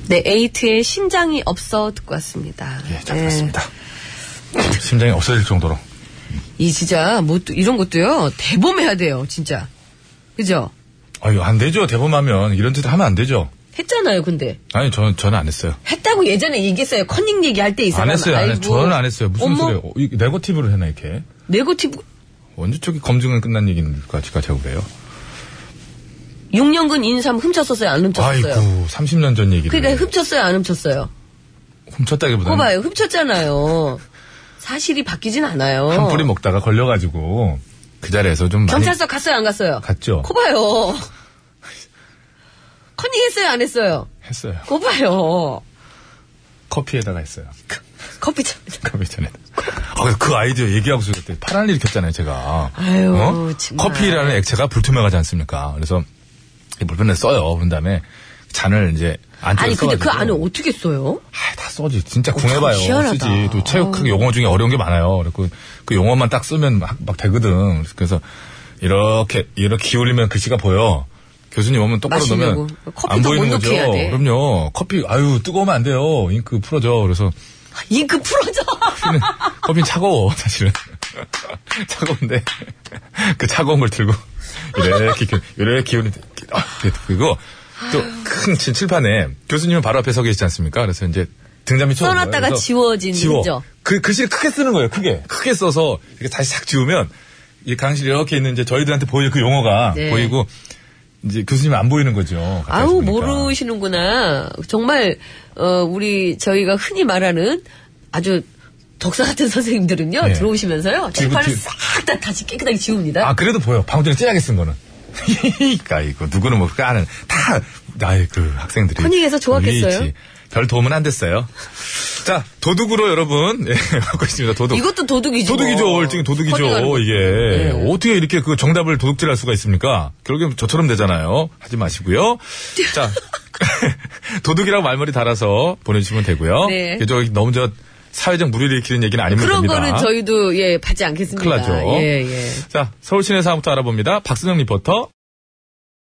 S8: 네 에이트의 심장이 없어 듣고 왔습니다.
S4: 예, 잘 들었습니다 심장이 없어질 정도로
S8: 네. 이 진짜 뭐 또 이런 것도요 대범해야 돼요 진짜. 그죠?
S4: 아유 안 되죠 대범하면 이런 짓 하면 안 되죠
S8: 했잖아요 근데
S4: 아니 저는 저는 안 했어요
S8: 했다고 예전에 얘기했어요 컨닝 얘기할 때 이 사람
S4: 안 했어요 안 했어요
S8: 아이고.
S4: 저는 안 했어요 무슨
S8: 어머,
S4: 소리예요 어, 이 네거티브를 해나 이렇게
S8: 네거티브
S4: 언제 저기 검증은 끝난 얘기까지가 제가 그래요
S8: 6년근 인삼 훔쳤었어요 안 훔쳤어요?
S4: 아이고 30년 전 얘기를
S8: 그러니까 훔쳤어요 안 훔쳤어요?
S4: 훔쳤다기보다는
S8: 봐봐요 훔쳤잖아요. 사실이 바뀌진 않아요.
S4: 한 뿌리 먹다가 걸려가지고 그 자리에서 좀 많이
S8: 경찰서 갔어요 안 갔어요?
S4: 갔죠
S8: 거봐요. 컨닝했어요 안 했어요?
S4: 했어요
S8: 거봐요.
S4: 커피에다가 했어요
S8: 그- 커피 참.
S4: 커피 전에 아, 그 아이디어 얘기하고 서 그때 파란일 켰잖아요 제가 어?
S8: 아유, 정말.
S4: 커피라는 액체가 불투명하지 않습니까 그래서 이 물편에 써요 그런 다음에 잔을 이제 안쪽에
S8: 아니 근데 그
S4: 써가지고.
S8: 안에 어떻게 써요?
S4: 아, 다 써지. 진짜
S8: 참 희한하다.
S4: 궁해봐요. 쓰지. 또 체육학 용어 중에 어려운 게 많아요. 그래서 그 용어만 딱 쓰면 막, 막 되거든. 그래서 이렇게 이렇게 기울이면 글씨가 보여. 교수님 오면 똑바로
S8: 마시려고.
S4: 넣으면
S8: 커피도
S4: 안 보이는
S8: 못 넣게
S4: 거죠.
S8: 해야 돼.
S4: 그럼요. 커피 아유 뜨거우면 안 돼요. 잉크 풀어져. 그래서
S8: 잉크 풀어져.
S4: 커피는 커피는 차가워 사실은 차가운데 그 차가운 걸 들고 이렇게 기- 이렇게 기운이 아, 그리고 또 큰 칠판에 교수님은 바로 앞에 서 계시지 않습니까? 그래서 이제 등장이 처음
S8: 써놨다가
S4: 그래서
S8: 지워진,
S4: 지워
S8: 그죠?
S4: 그 글씨를 크게 쓰는 거예요. 크게 크게 써서 이렇게 다시 싹 지우면 이 강실 이렇게 있는 이제 저희들한테 보여 그 용어가
S8: 네.
S4: 보이고 이제 교수님 안 보이는 거죠. 가까이서
S8: 아우
S4: 보니까.
S8: 모르시는구나. 정말 어, 우리 저희가 흔히 말하는 아주 독사 같은 선생님들은요
S4: 네.
S8: 들어오시면서요
S4: 지구,
S8: 칠판을
S4: 지구.
S8: 싹 다 다시 깨끗하게 지웁니다.
S4: 아, 그래도 보여. 방금 전에 진하게 쓴 거는. 그러니까 이거 누구는 뭐 까는 다 나의 그 학생들이
S8: 커닝해서 좋았겠어요?
S4: 위에 있지. 별 도움은 안 됐어요. 자 도둑으로 여러분 예, 받고 있습니다. 도둑.
S8: 이것도 도둑이죠. 뭐.
S4: 도둑이죠. 지금
S8: 허니가는
S4: 도둑이죠.
S8: 거죠.
S4: 이게
S8: 네.
S4: 어떻게 이렇게 그 정답을 도둑질할 수가 있습니까? 결국엔 저처럼 되잖아요. 하지 마시고요. 자 도둑이라고 말머리 달아서 보내주시면 되고요.
S8: 네.
S4: 이게 저 너무 저 사회적 무리를 일으키는 얘기는 아니면
S8: 그런
S4: 됩니다.
S8: 거는 저희도 예 받지 않겠습니다.
S4: 큰일 나죠.
S8: 예 예.
S4: 자 서울 시내 상황부터 알아봅니다. 박순영 리포터.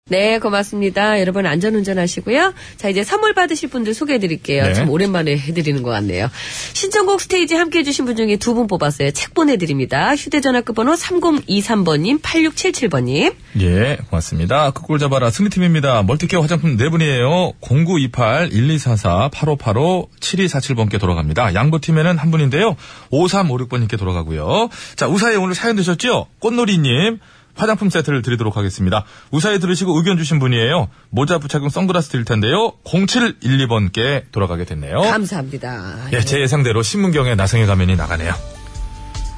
S8: 네, 고맙습니다. 여러분 안전운전 하시고요. 자, 이제 선물 받으실 분들 소개해드릴게요.
S4: 네.
S8: 참 오랜만에 해드리는 것 같네요. 신청곡 스테이지 함께해주신 분 중에 두 분 뽑았어요. 책 보내드립니다. 휴대전화 끝번호 3023번님, 8677번님.
S4: 예, 고맙습니다. 끝골 잡아라 승리팀입니다. 멀티케어 화장품 네 분이에요. 0928, 1244, 8585, 7247번께 돌아갑니다. 양보팀에는 한 분인데요. 5356번님께 돌아가고요. 자, 우사에 오늘 사연 드셨죠? 꽃놀이님. 화장품 세트를 드리도록 하겠습니다. 우사에 들으시고 의견 주신 분이에요. 모자 부착용 선글라스 드릴 텐데요. 0712번께 돌아가게 됐네요.
S8: 감사합니다.
S4: 예, 제 예상대로 신문경에 나성의 가면이 나가네요.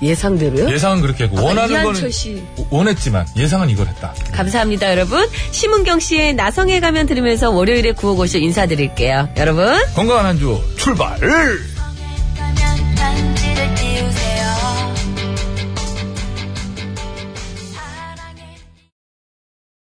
S8: 예상대로요?
S4: 예상은 그렇게 하고 원하는
S8: 아, 이한철
S4: 거는
S8: 씨.
S4: 원했지만 예상은 이걸 했다.
S8: 감사합니다, 여러분. 심은경 씨의 나성에 가면 들으면서 월요일에 구호고쇼 인사드릴게요. 여러분.
S4: 건강한 한 주 출발!